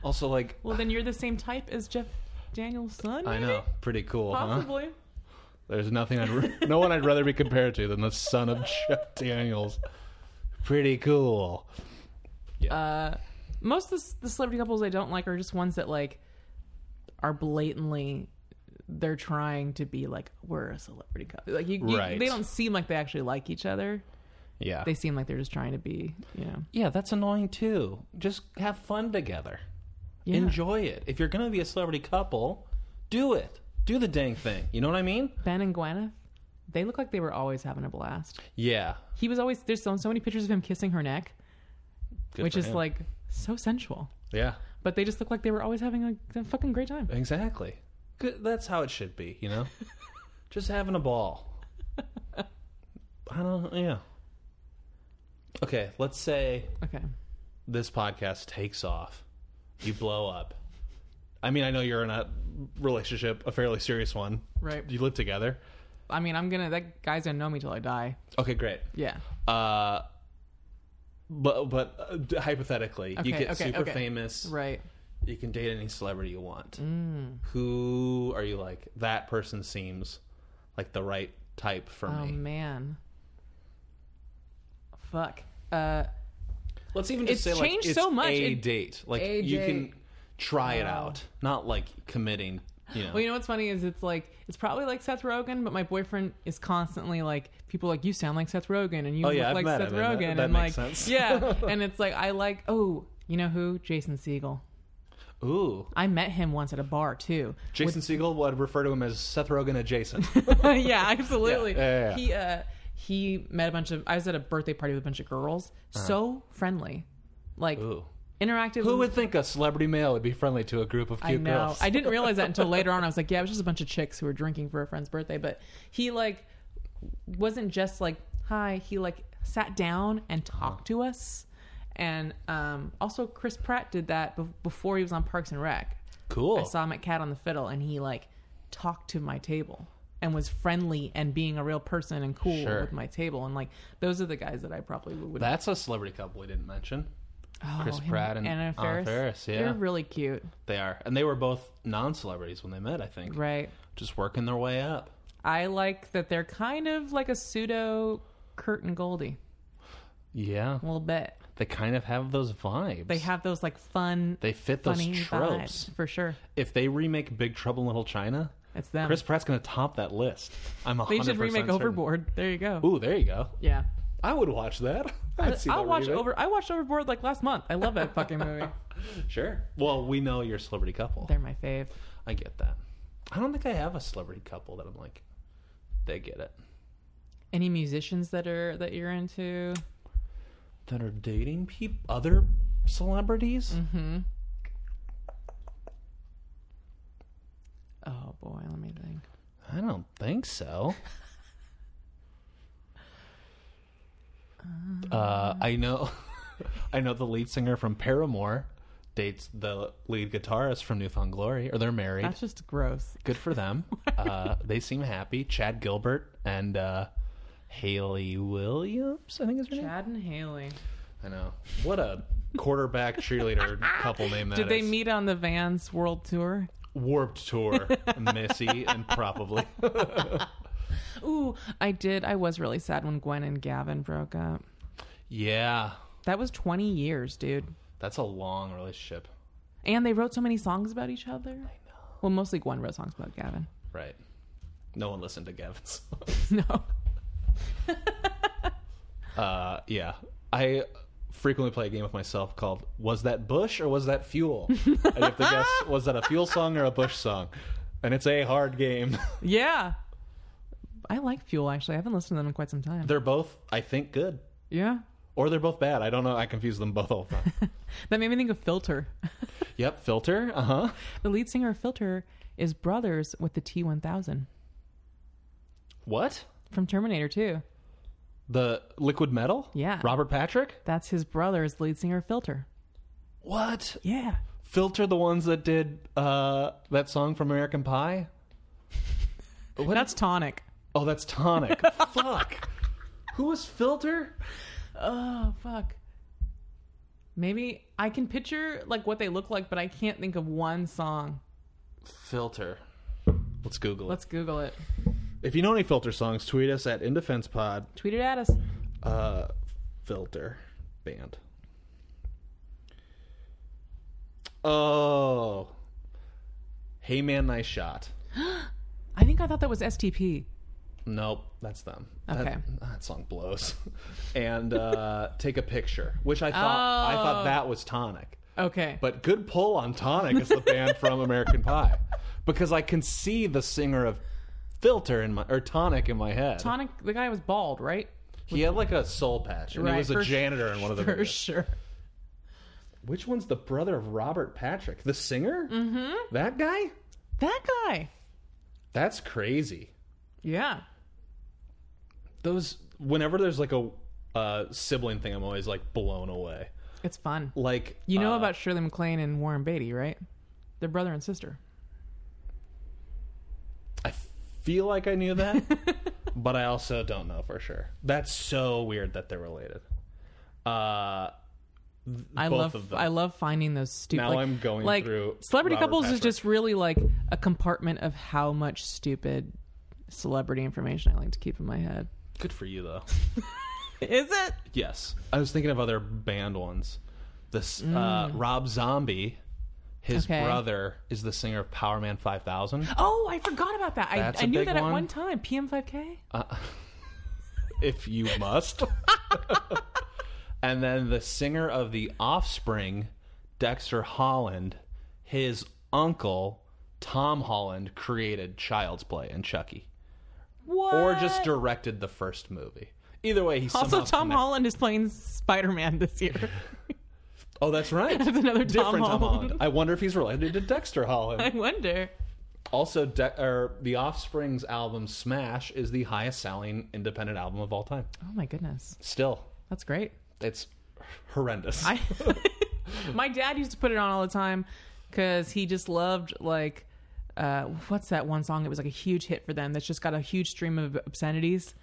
also, like,
Well, then you're the same type as Jeff Daniels' son.
I
maybe?
know, Uh-huh. pretty cool, huh?
Possibly.
There's nothing I'd, no one I'd rather be compared to than the son of Jeff Daniels. Pretty cool.
Uh, most of the, s- the celebrity couples I don't like are just ones that like are blatantly they're trying to be like we're a celebrity couple. Like you, you
Right.
they don't seem like they actually like each other.
Yeah.
They seem like they're just trying to be, you know.
Yeah, that's annoying too. Just have fun together.
Yeah.
Enjoy it. If you're going to be a celebrity couple, do it. Do the dang thing. You know what I mean?
Ben and Gwyneth, they look like they were always having a blast.
Yeah.
He was always there's so, so many pictures of him kissing her neck,
Good
which
for
is
him.
like so sensual.
Yeah.
But they just look like they were always having a, a fucking great time.
Exactly. Good. That's how it should be, you know? Just having a ball. I don't, yeah. Okay, let's say
Okay.
this podcast takes off. You blow up. I mean, I know you're in a relationship, a fairly serious one.
Right.
You live together.
I mean, I'm gonna that guy's gonna know me till I die.
Okay, great.
Yeah.
Uh, but but uh, d- hypothetically,
Okay,
you get
okay,
super
okay.
famous.
Right. Mm.
You can date any celebrity you want. Who are you like? That person seems like the right type for
Oh
me.
man. Fuck. Uh,
Let's even just
It's
say like
changed
it's
so much.
A
It-
date, like
a
you
date.
can try it out, not like committing. You know,
well, you know what's funny is it's like it's probably like Seth Rogen, but my boyfriend is constantly like people are like you sound like Seth Rogen and you
Oh,
look
yeah, I've
like
met
Seth
him, and
Rogen
that- that
and
makes
like
sense.
yeah, and it's like I like oh you know who Jason Siegel.
ooh,
I met him once at a bar too.
Jason Siegel would refer to him as Seth Rogen adjacent.
yeah, absolutely.
Yeah, yeah, yeah.
He uh he met a bunch of I was at a birthday party with a bunch of girls. So friendly. Like
Uh-huh. ooh,
interactive
who would think a celebrity male would be friendly to a group of
I
cute
know.
girls?
I didn't realize that until later on. I was like, yeah, it was just a bunch of chicks who were drinking for a friend's birthday. But he like wasn't just like hi. He like sat down and talked to us. And um, also Chris Pratt did that bef before he was on Parks and Rec.
cool.
I saw him at Cat on the Fiddle, and he like talked to my table and was friendly and being a real person and cool
Sure.
with my table. And like those are the guys that I probably would.
That's a celebrity couple we didn't mention.
Oh,
Chris
him
Pratt and
Anna
Anna
Faris.
Faris, yeah.
They're really cute,
They are, and they were both non-celebrities when they met. I think
right?
just working their way up.
I like that they're kind of like a pseudo Kurt and Goldie
Yeah,
a little bit.
they kind of have those vibes.
They have those like fun,
They fit those
funny
tropes.
vibes for sure.
If they remake Big Trouble in Little China,
It's them.
Chris Pratt's going to top that list. I'm a.
they should remake Overboard. There you go.
Ooh, there you go.
Yeah,
I would watch that. I'd see
I'll
that
watch
remake.
over. I watched Overboard like last month. I love that fucking movie.
Sure. Well, we know you're a celebrity couple.
They're my fave.
I get that. I don't think I have a celebrity couple that I'm like. They get it.
Any musicians that are that you're into?
That are dating people, other celebrities.
Oh boy, let me think.
I don't think so. uh, I know, I know the lead singer from Paramore dates the lead guitarist from Newfound Glory, or they're married.
That's just gross.
Good for them. uh, they seem happy. Chad Gilbert and uh, Haley Williams, I think is her name.
Chad and Haley.
I know. What a quarterback cheerleader couple name that
Did they
is.
meet on the Vans World Tour?
Warped Tour, Missy, and probably.
Ooh, I did. I was really sad when Gwen and Gavin broke up.
Yeah,
That was 20 years, dude.
that's a long relationship.
And they wrote so many songs about each other. I know. Well, mostly Gwen wrote songs about Gavin.
Right. No one listened to Gavin's.
no.
uh, yeah. I frequently play a game with myself called Was That Bush or Was That Fuel? and you have to guess, was that a fuel song or a Bush song? And it's a hard game.
Yeah. I like Fuel, actually. I haven't listened to them in quite some time.
they're both, I think, good.
yeah.
Or they're both bad. I don't know. I confuse them both all the time.
That made me think of Filter.
yep, filter. Uh huh.
the lead singer of Filter is brothers with the T 1000
What?
from Terminator 2.
The Liquid Metal?
Yeah.
Robert Patrick?
That's his brother is the lead singer of Filter.
What?
Yeah.
Filter the ones that did uh, that song from American Pie? What?
That's Tonic.
Oh, that's Tonic. Fuck. Who was Filter?
Oh fuck. Maybe I can picture like what they look like, but I can't think of one song.
Filter. Let's Google
Let's Google it.
it. If you know any Filter songs, tweet us at IndefensePod.
Tweet it at us.
Uh, filter band. Oh. Hey Man, Nice Shot.
I think I thought that was STP.
Nope, that's them.
Okay.
That, that song blows. and uh, Take a Picture, which I thought I thought
Oh.
that was Tonic.
Okay.
But good pull on Tonic is the band from American Pie, because I can see the singer of Filter in my or Tonic in my head.
Tonic, the guy was bald, right?
He had like a soul patch, and
Right,
he was
for
a
sh-
janitor in one of the
For
videos.
sure.
Which one's the brother of Robert Patrick, the singer? Mm-hmm. That guy?
That guy.
That's crazy.
Yeah.
Those whenever there's like a uh, sibling thing, I'm always like blown away.
It's fun.
Like
You know
uh,
about Shirley MacLaine and Warren Beatty, right? They're brother and sister.
I feel like I knew that, but I also don't know for sure. That's so weird that they're related. Uh,
I
Both
love
of them.
I love finding those stupid.
Now
like,
I'm going
like,
through
Celebrity
Robert
couples is
Patrick.
just really like a compartment of how much stupid celebrity information I like to keep in my head.
good for you though.
Is it?
Yes, I was thinking of other band ones. This uh, Rob Zombie, his
Mm. Okay.
brother is the singer of Power Man 5000.
Oh, I forgot about that. I,
That's
I
a
knew
big
that at
one. Uh,
one time. PM5K.
if you must. and then the singer of The Offspring, Dexter Holland, his uncle, Tom Holland, created Child's Play and Chucky,
what?
or just directed the first movie. Either way, he's
also Tom Holland is playing Spider Man this year.
Oh, that's right.
That's another Tom
Different Tom
Holland.
Holland. I wonder if he's related to Dexter Holland.
I wonder.
Also, De- or the Offspring's album Smash is the highest selling independent album of all time.
Oh my goodness,
Still,
that's great.
it's horrendous.
I, my dad used to put it on all the time because he just loved like, uh, what's that one song? It was like a huge hit for them. That's just got a huge stream of obscenities.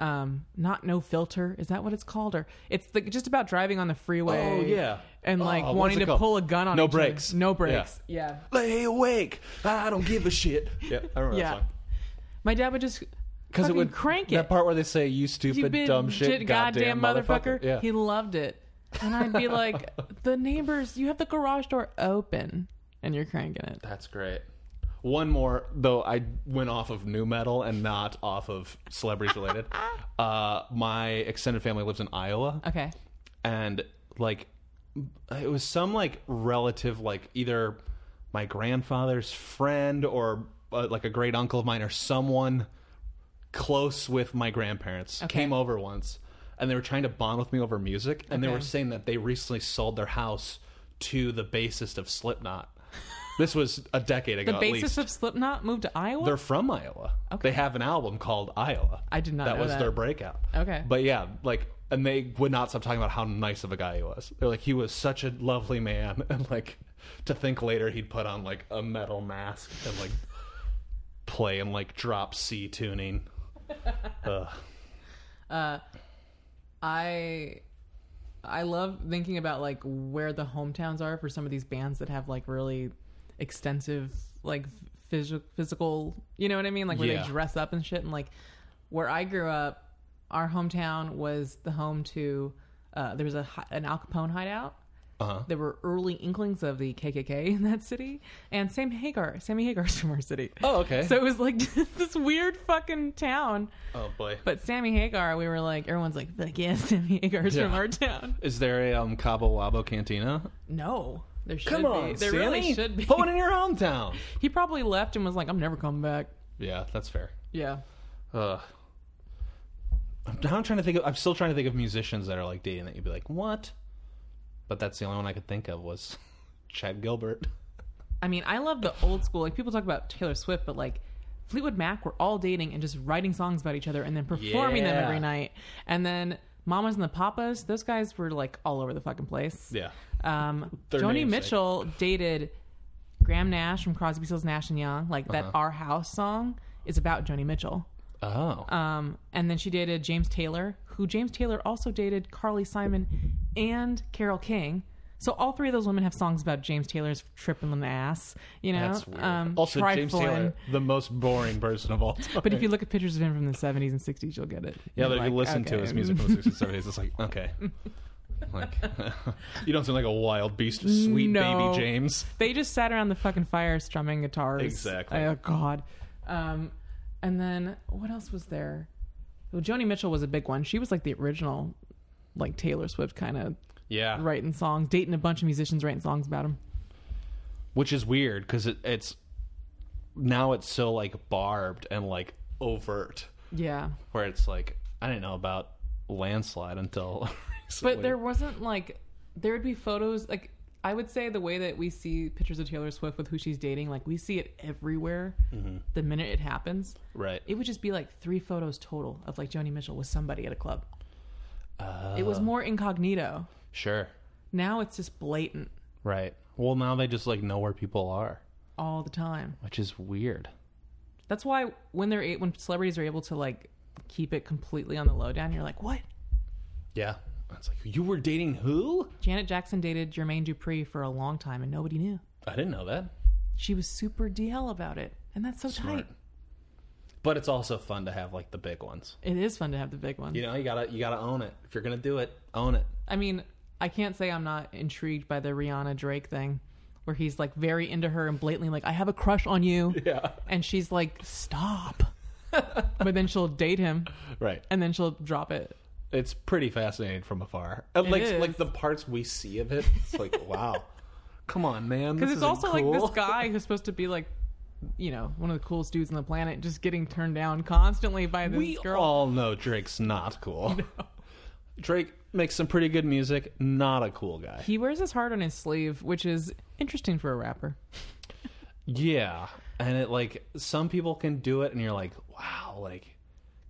Um, not no filter is that what it's called? Or it's like just about driving on the freeway.
Oh, yeah.
and like
Oh, what's
wanting
it
to
called?
pull a gun on
No
each other.
brakes.
No
Yeah.
brakes. Yeah,
Lay awake. I don't give a shit. Yeah, I remember
yeah.
that song.
My dad would just
Because
fucking crank it.
That part where they say "you
You
stupid
big
dumb shit,
jit-
goddamn, motherfucker." Yeah.
He loved it. And I'd be like, the neighbors, you have the garage door open and you're cranking it.
That's great. One more though, I went off of new metal and not off of celebrities related. uh, my extended family lives in Iowa,
Okay.
and like it was some like relative, like either my grandfather's friend or uh, like a great uncle of mine or someone close with my grandparents
Okay.
came over once and they were trying to bond with me over music and they
Okay.
were saying that they recently sold their house to the bassist of Slipknot. This was a decade
The
ago at
basis
least.
of Slipknot moved to Iowa?
They're from Iowa.
Okay.
They have an album called Iowa.
I did not
That
know
was
that.
their breakout.
Okay.
But yeah, like and they would not stop talking about how nice of a guy he was. They're like he was such a lovely man and like to think later he'd put on like a metal mask and like play and like drop C tuning. Ugh.
I I love thinking about like where the hometowns are for some of these bands that have like really extensive like phys- physical, you know what I mean? Like where
Yeah.
they dress up and shit and like where I grew up, our hometown was the home to uh, there was a hi- an Al Capone hideout.
Uh-huh.
There were early inklings of the KKK in that city, and Sam Hagar, Sammy Hagar's from our city.
Oh, okay.
So it was like this weird fucking town.
oh boy.
But Sammy Hagar, we were like, everyone's like, like yeah, Sammy Hagar's
Yeah.
from our town.
Is there a um, Cabo Wabo Cantina?
No, there should
Come
be.
on,
there really
Sammy.
should be.
Put one in your hometown.
He probably left and was like, I'm never coming back.
yeah, that's fair.
Yeah.
Ugh. I'm, now I'm trying to think. Of, I'm still trying to think of musicians that are like dating that you'd be like, what? But that's the only one I could think of was Chad Gilbert.
I mean, I love the old school. Like people talk about Taylor Swift, but like Fleetwood Mac were all dating and just writing songs about each other and then performing them
Yeah.
every night. And then Mamas and the Papas, those guys were like all over the fucking place.
Yeah.
Um,
Their
Joni
namesake.
Mitchell dated Graham Nash from Crosby, Stills, Nash and Young. Like that
Uh-huh.
Our House song is about Joni Mitchell.
Oh.
Um, and then she dated James Taylor, who James Taylor also dated Carly Simon and Carol King. So all three of those women have songs about James Taylor's tripping on the ass. You know,
That's weird.
Um,
Also, James
trifling.
Taylor, the most boring person of all time.
But if you look at pictures of him from the 70s and 60s, you'll get it.
yeah,
You're
but if
like,
you listen to
okay.
his music from the 60s and 70s, it's like, okay. Like, you don't seem like a wild beast, sweet
No.
baby James.
They just sat around the fucking fire strumming guitars.
Exactly.
Oh God. Um, and then what else was there? Well, Joni Mitchell was a big one. She was like the original, like Taylor Swift kind of
Yeah.
writing songs, dating a bunch of musicians, writing songs about him.
Which is weird because it, it's now it's so like barbed and like overt
Yeah.
where it's like, I didn't know about landslide until.
But
recently.
there wasn't like there would be photos like I would say the way that we see pictures of Taylor Swift with who she's dating, like we see it everywhere the minute it happens.
Right.
It would just be like three photos total of like Joni Mitchell with somebody at a club. it was more incognito.
Uh, Sure.
Now it's just blatant
Right. Well, now they just like know where people are,
all the time.
which is weird.
That's why when they're a- when celebrities are able to like keep it completely on the lowdown, you're like, what?
Yeah. It's like, you were dating who?
Janet Jackson dated Jermaine Dupri for a long time and nobody knew.
I didn't know that.
She was super DL about it, and that's so tight.
But it's also fun to have like the big ones.
It is fun to have the big one.
You know, you gotta you gotta own it. If you're gonna do it, own it.
I mean, I can't say I'm not intrigued by the Rihanna Drake thing, where he's like very into her and blatantly like, "I have a crush on you,"
Yeah.
and she's like, "Stop," but then she'll date him,
Right.
and then she'll drop it.
It's pretty fascinating from afar. And like
is.
like the parts we see of it, it's like wow. Come on, man.
Because it's also like this
guy.
guy who's supposed to be like, you know, one of the coolest dudes on the planet, just getting turned down constantly by this
We
girl.
all know Drake's not cool. Drake makes some pretty good music. Not a cool guy.
he wears his heart on his sleeve, which is interesting for a rapper.
Yeah. And it like some people can do it and you're like, wow, like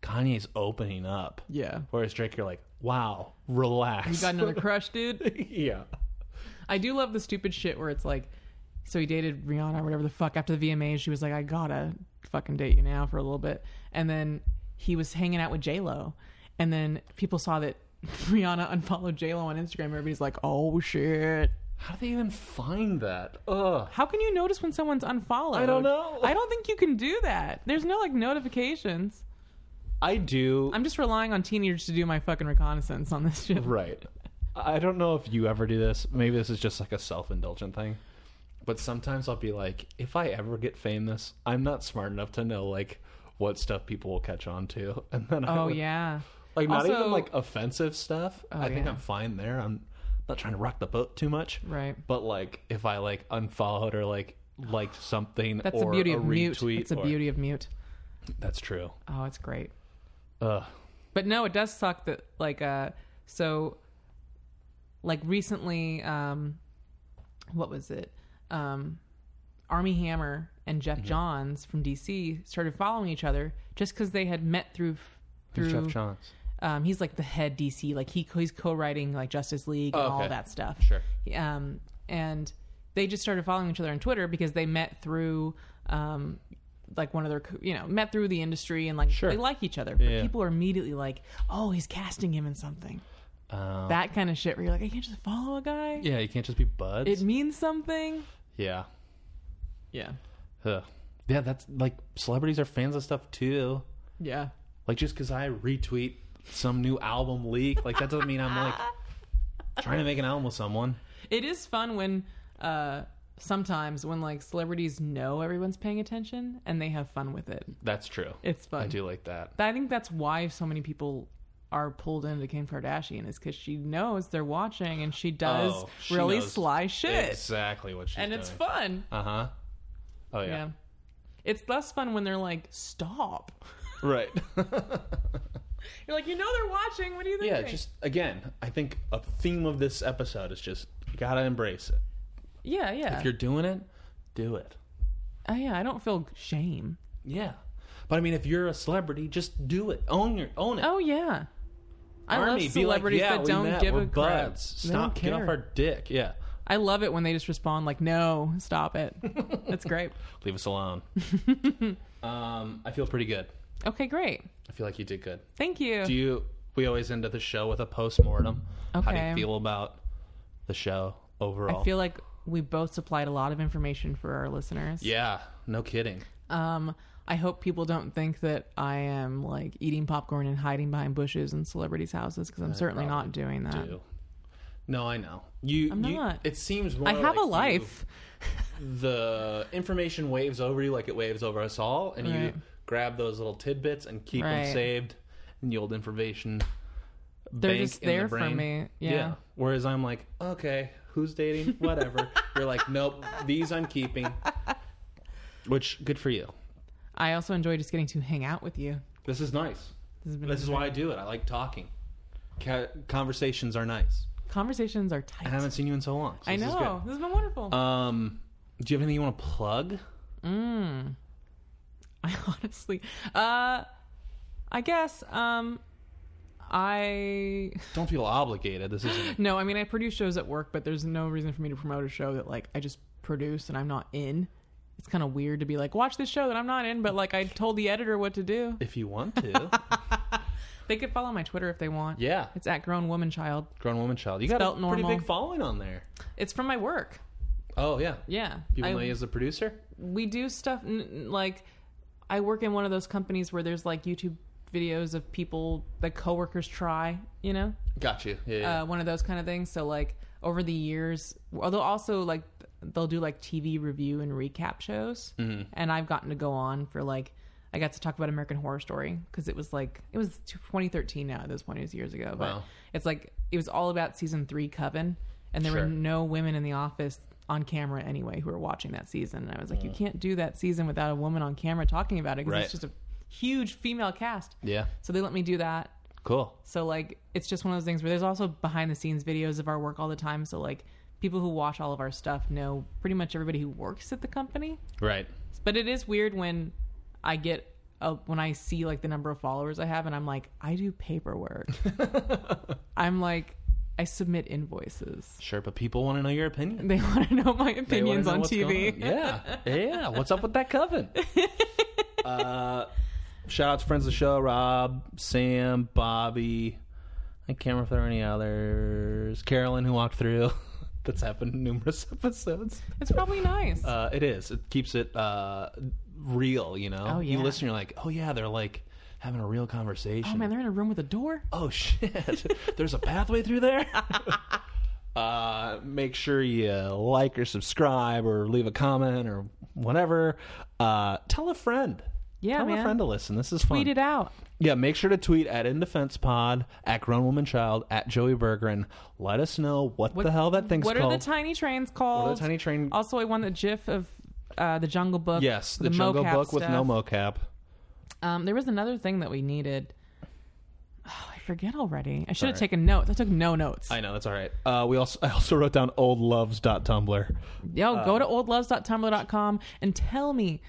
Kanye's opening up.
Yeah.
Whereas Drake, you're like, wow, relax.
You got another crush, dude.
yeah.
I do love the stupid shit where it's like, so he dated Rihanna or whatever the fuck after the VMAs. She was like, I gotta fucking date you now for a little bit. And then he was hanging out with J Lo, and then people saw that Rihanna unfollowed J Lo on Instagram. Everybody's like, oh shit.
How do they even find that? Ugh.
How can you notice when someone's unfollowed?
I don't know.
I don't think you can do that. There's no like notifications.
I do.
I'm just relying on teenagers to do my fucking reconnaissance on this shit.
right. I don't know if you ever do this. Maybe this is just like a self indulgent thing. But sometimes I'll be like, if I ever get famous, I'm not smart enough to know like what stuff people will catch on to. And then I
Oh
would-
yeah.
Like not
Also- Oh,
even like offensive stuff. I think
yeah.
I'm fine there. I'm not trying to rock the boat too much.
Right.
But like if I like unfollowed or like liked something
That's
or
the beauty
a
of mute.
retweet.
That's the
or-
beauty of mute.
That's true.
Oh, it's great.
Ugh.
But no, it does suck that like uh so like recently um what was it? Um Army Hammer and Jeff
Mm-hmm.
Johns from DC started following each other just cuz they had met through through
Who's Jeff Johns.
um he's like the head DC like he he's co-writing like Justice League and
Oh,
all
okay.
that stuff.
Sure.
He- Um and they just started following each other on Twitter because they met through um like one of their co- you know met through the industry and like
Sure.
they like each other but
Yeah.
people are immediately like oh he's casting him in something
Um,
that kind of shit where you're like i can't just follow a guy
yeah, you can't just be buds.
it means something
yeah.
yeah
Ugh. Yeah, that's like celebrities are fans of stuff too.
yeah
Like just because I retweet some new album leak, like that doesn't mean I'm like trying to make an album with someone.
it is fun when uh sometimes when like celebrities know everyone's paying attention and they have fun with it
That's true.
it's fun
I do like that.
I think that's why so many people are pulled into Kim Kardashian is because she knows they're watching and she does
Oh, she
really
knows
sly shit.
Exactly what she's
and
doing.
it's fun.
Uh huh. Oh
Yeah.
yeah.
It's less fun when they're like, stop.
Right.
You're like, you know they're watching. What do you think?
yeah. Just again, I think a theme of this episode is just you gotta embrace it.
yeah, Oh, yeah.
If you're doing it, do it.
Uh, yeah, I don't feel shame.
Yeah. But I mean, if you're a celebrity, just do it. Own your own it.
Oh yeah. I
Army,
love
be like,
celebrities
yeah,
that
we
don't
met,
give
we're
a crap.
buds.
They don't
Stop, get off
care.
our dick. Yeah,
I love it when they just respond like, "No, stop it." That's great.
leave us alone. um, I feel pretty good.
Okay, great.
I feel like you did good.
Thank you.
Do you? We always end the show with a post mortem. How do you
Okay.
feel about the show overall?
I feel like we both supplied a lot of information for our listeners.
yeah, no kidding.
Um, I hope people don't think that I am like eating popcorn and hiding behind bushes in celebrities' houses because I'm certainly
probably
not doing that.
Do. No, I know you.
Uh. I'm
you-
not.
It seems more
I have
like
a
you-
life.
the information waves over you like it waves over us all, and you
Right.
grab those little tidbits and keep
Right.
them saved in the old information
They're
bank
just
in the
there for
brain.
me. Yeah.
Whereas I'm like, okay, who's dating? Whatever. You're like, nope, these I'm keeping. Which good for you.
I also enjoy just getting to hang out with you.
This is nice.
This has been
This is why I do it. I like talking. Ca- conversations are nice.
conversations are tight.
I haven't seen you in so long. so
I
this is good.
know. This has been wonderful.
Um, do you have anything you want to plug?
Mm. I honestly, uh, I guess, um, I
Don't feel obligated. This isn't.
no, I mean, I produce shows at work, but there's no reason for me to promote a show that like I just produce and I'm not in. It's kind of weird to be like, watch this show that I'm not in, but like I told the editor what to do.
If you want to,
They could follow my Twitter if they want.
yeah,
It's at grown woman child.
grown woman child. You got
Spelt
a pretty
normal.
big following on there.
It's from my work.
Oh yeah,
Yeah,
people
I-
know you as a producer.
we do stuff n- n- like I work in one of those companies where there's like YouTube videos of people that coworkers try, you know,
Got you. Yeah, yeah.
uh, one of those kind of things. So like over the years, although also like they'll do like TV review and recap shows,
Mm-hmm.
and I've gotten to go on for like I got to talk about American Horror Story because it was like it was 2013 now at this point it was years ago, but
Wow.
it's like it was all about season three Coven, and there
Sure.
were no women in the office on camera anyway who were watching that season, and I was like, you can't do that season without a woman on camera talking about it because
Mm. Right.
it's just a huge female cast.
yeah.
So they let me do that.
Cool.
So like it's just one of those things where there's also behind the scenes videos of our work all the time. So like people who watch all of our stuff know pretty much everybody who works at the company.
Right.
But it is weird when I get uh when I see like the number of followers I have and I'm like I do paperwork. I'm like I submit invoices.
Sure, but people want to know your opinion.
They want to know my
They wanna
opinions
know
on
what's
TV.
going on. Yeah, yeah. What's up with that coven? uh, shout out to friends of the show: Rob, Sam, Bobby. I can't remember if there are any others. Carolyn, who walked through. That's happened in numerous episodes.
It's probably nice.
Uh, it is. It keeps it uh, real. You know,
Oh,
you
yeah.
listen, you're like, oh yeah, they're like having a real conversation
oh man, they're in a room with a door.
oh shit, there's a pathway through there. uh, make sure you like or subscribe or leave a comment or whatever. Uh, tell a friend.
Yeah,
tell a
man.
friend to listen. This is fun.
Tweet it out.
Yeah, make sure to tweet at In Defense Pod, at Grown Woman Child, at Joey Bergeron. Let us know what, the hell that thing's
What
called.
are the tiny trains called?
What are the tiny train-
Also, I won the GIF of uh, the Jungle Book.
yes, the, Jungle
mocap
Book with no
stuff.
mocap.
Um, there was another thing that we needed. Oh, I forget already. I should have
Sorry.
taken notes. I took no notes.
I know that's all right. Uh, we also I also wrote down oldloves.tumblr.
Yo,
uh,
go to oldloves.tumblr.com and tell me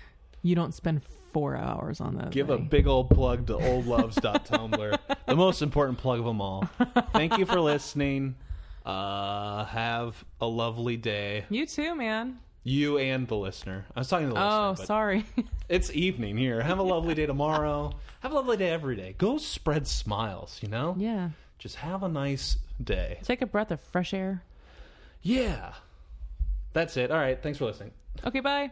you don't spend four hours on that.
Give a
thing.
big old plug to oldloves.tumblr. the most important plug of them all. Thank you for listening. Uh, have a lovely day.
You too, man.
You and the listener. I was talking to the
Oh,
listener. but
sorry.
It's evening here. Have a lovely day tomorrow. Have a lovely day every day. Go spread smiles, you know?
yeah.
Just have a nice day.
Take a breath of fresh air.
Yeah. That's it. All right. Thanks for listening.
Okay, bye.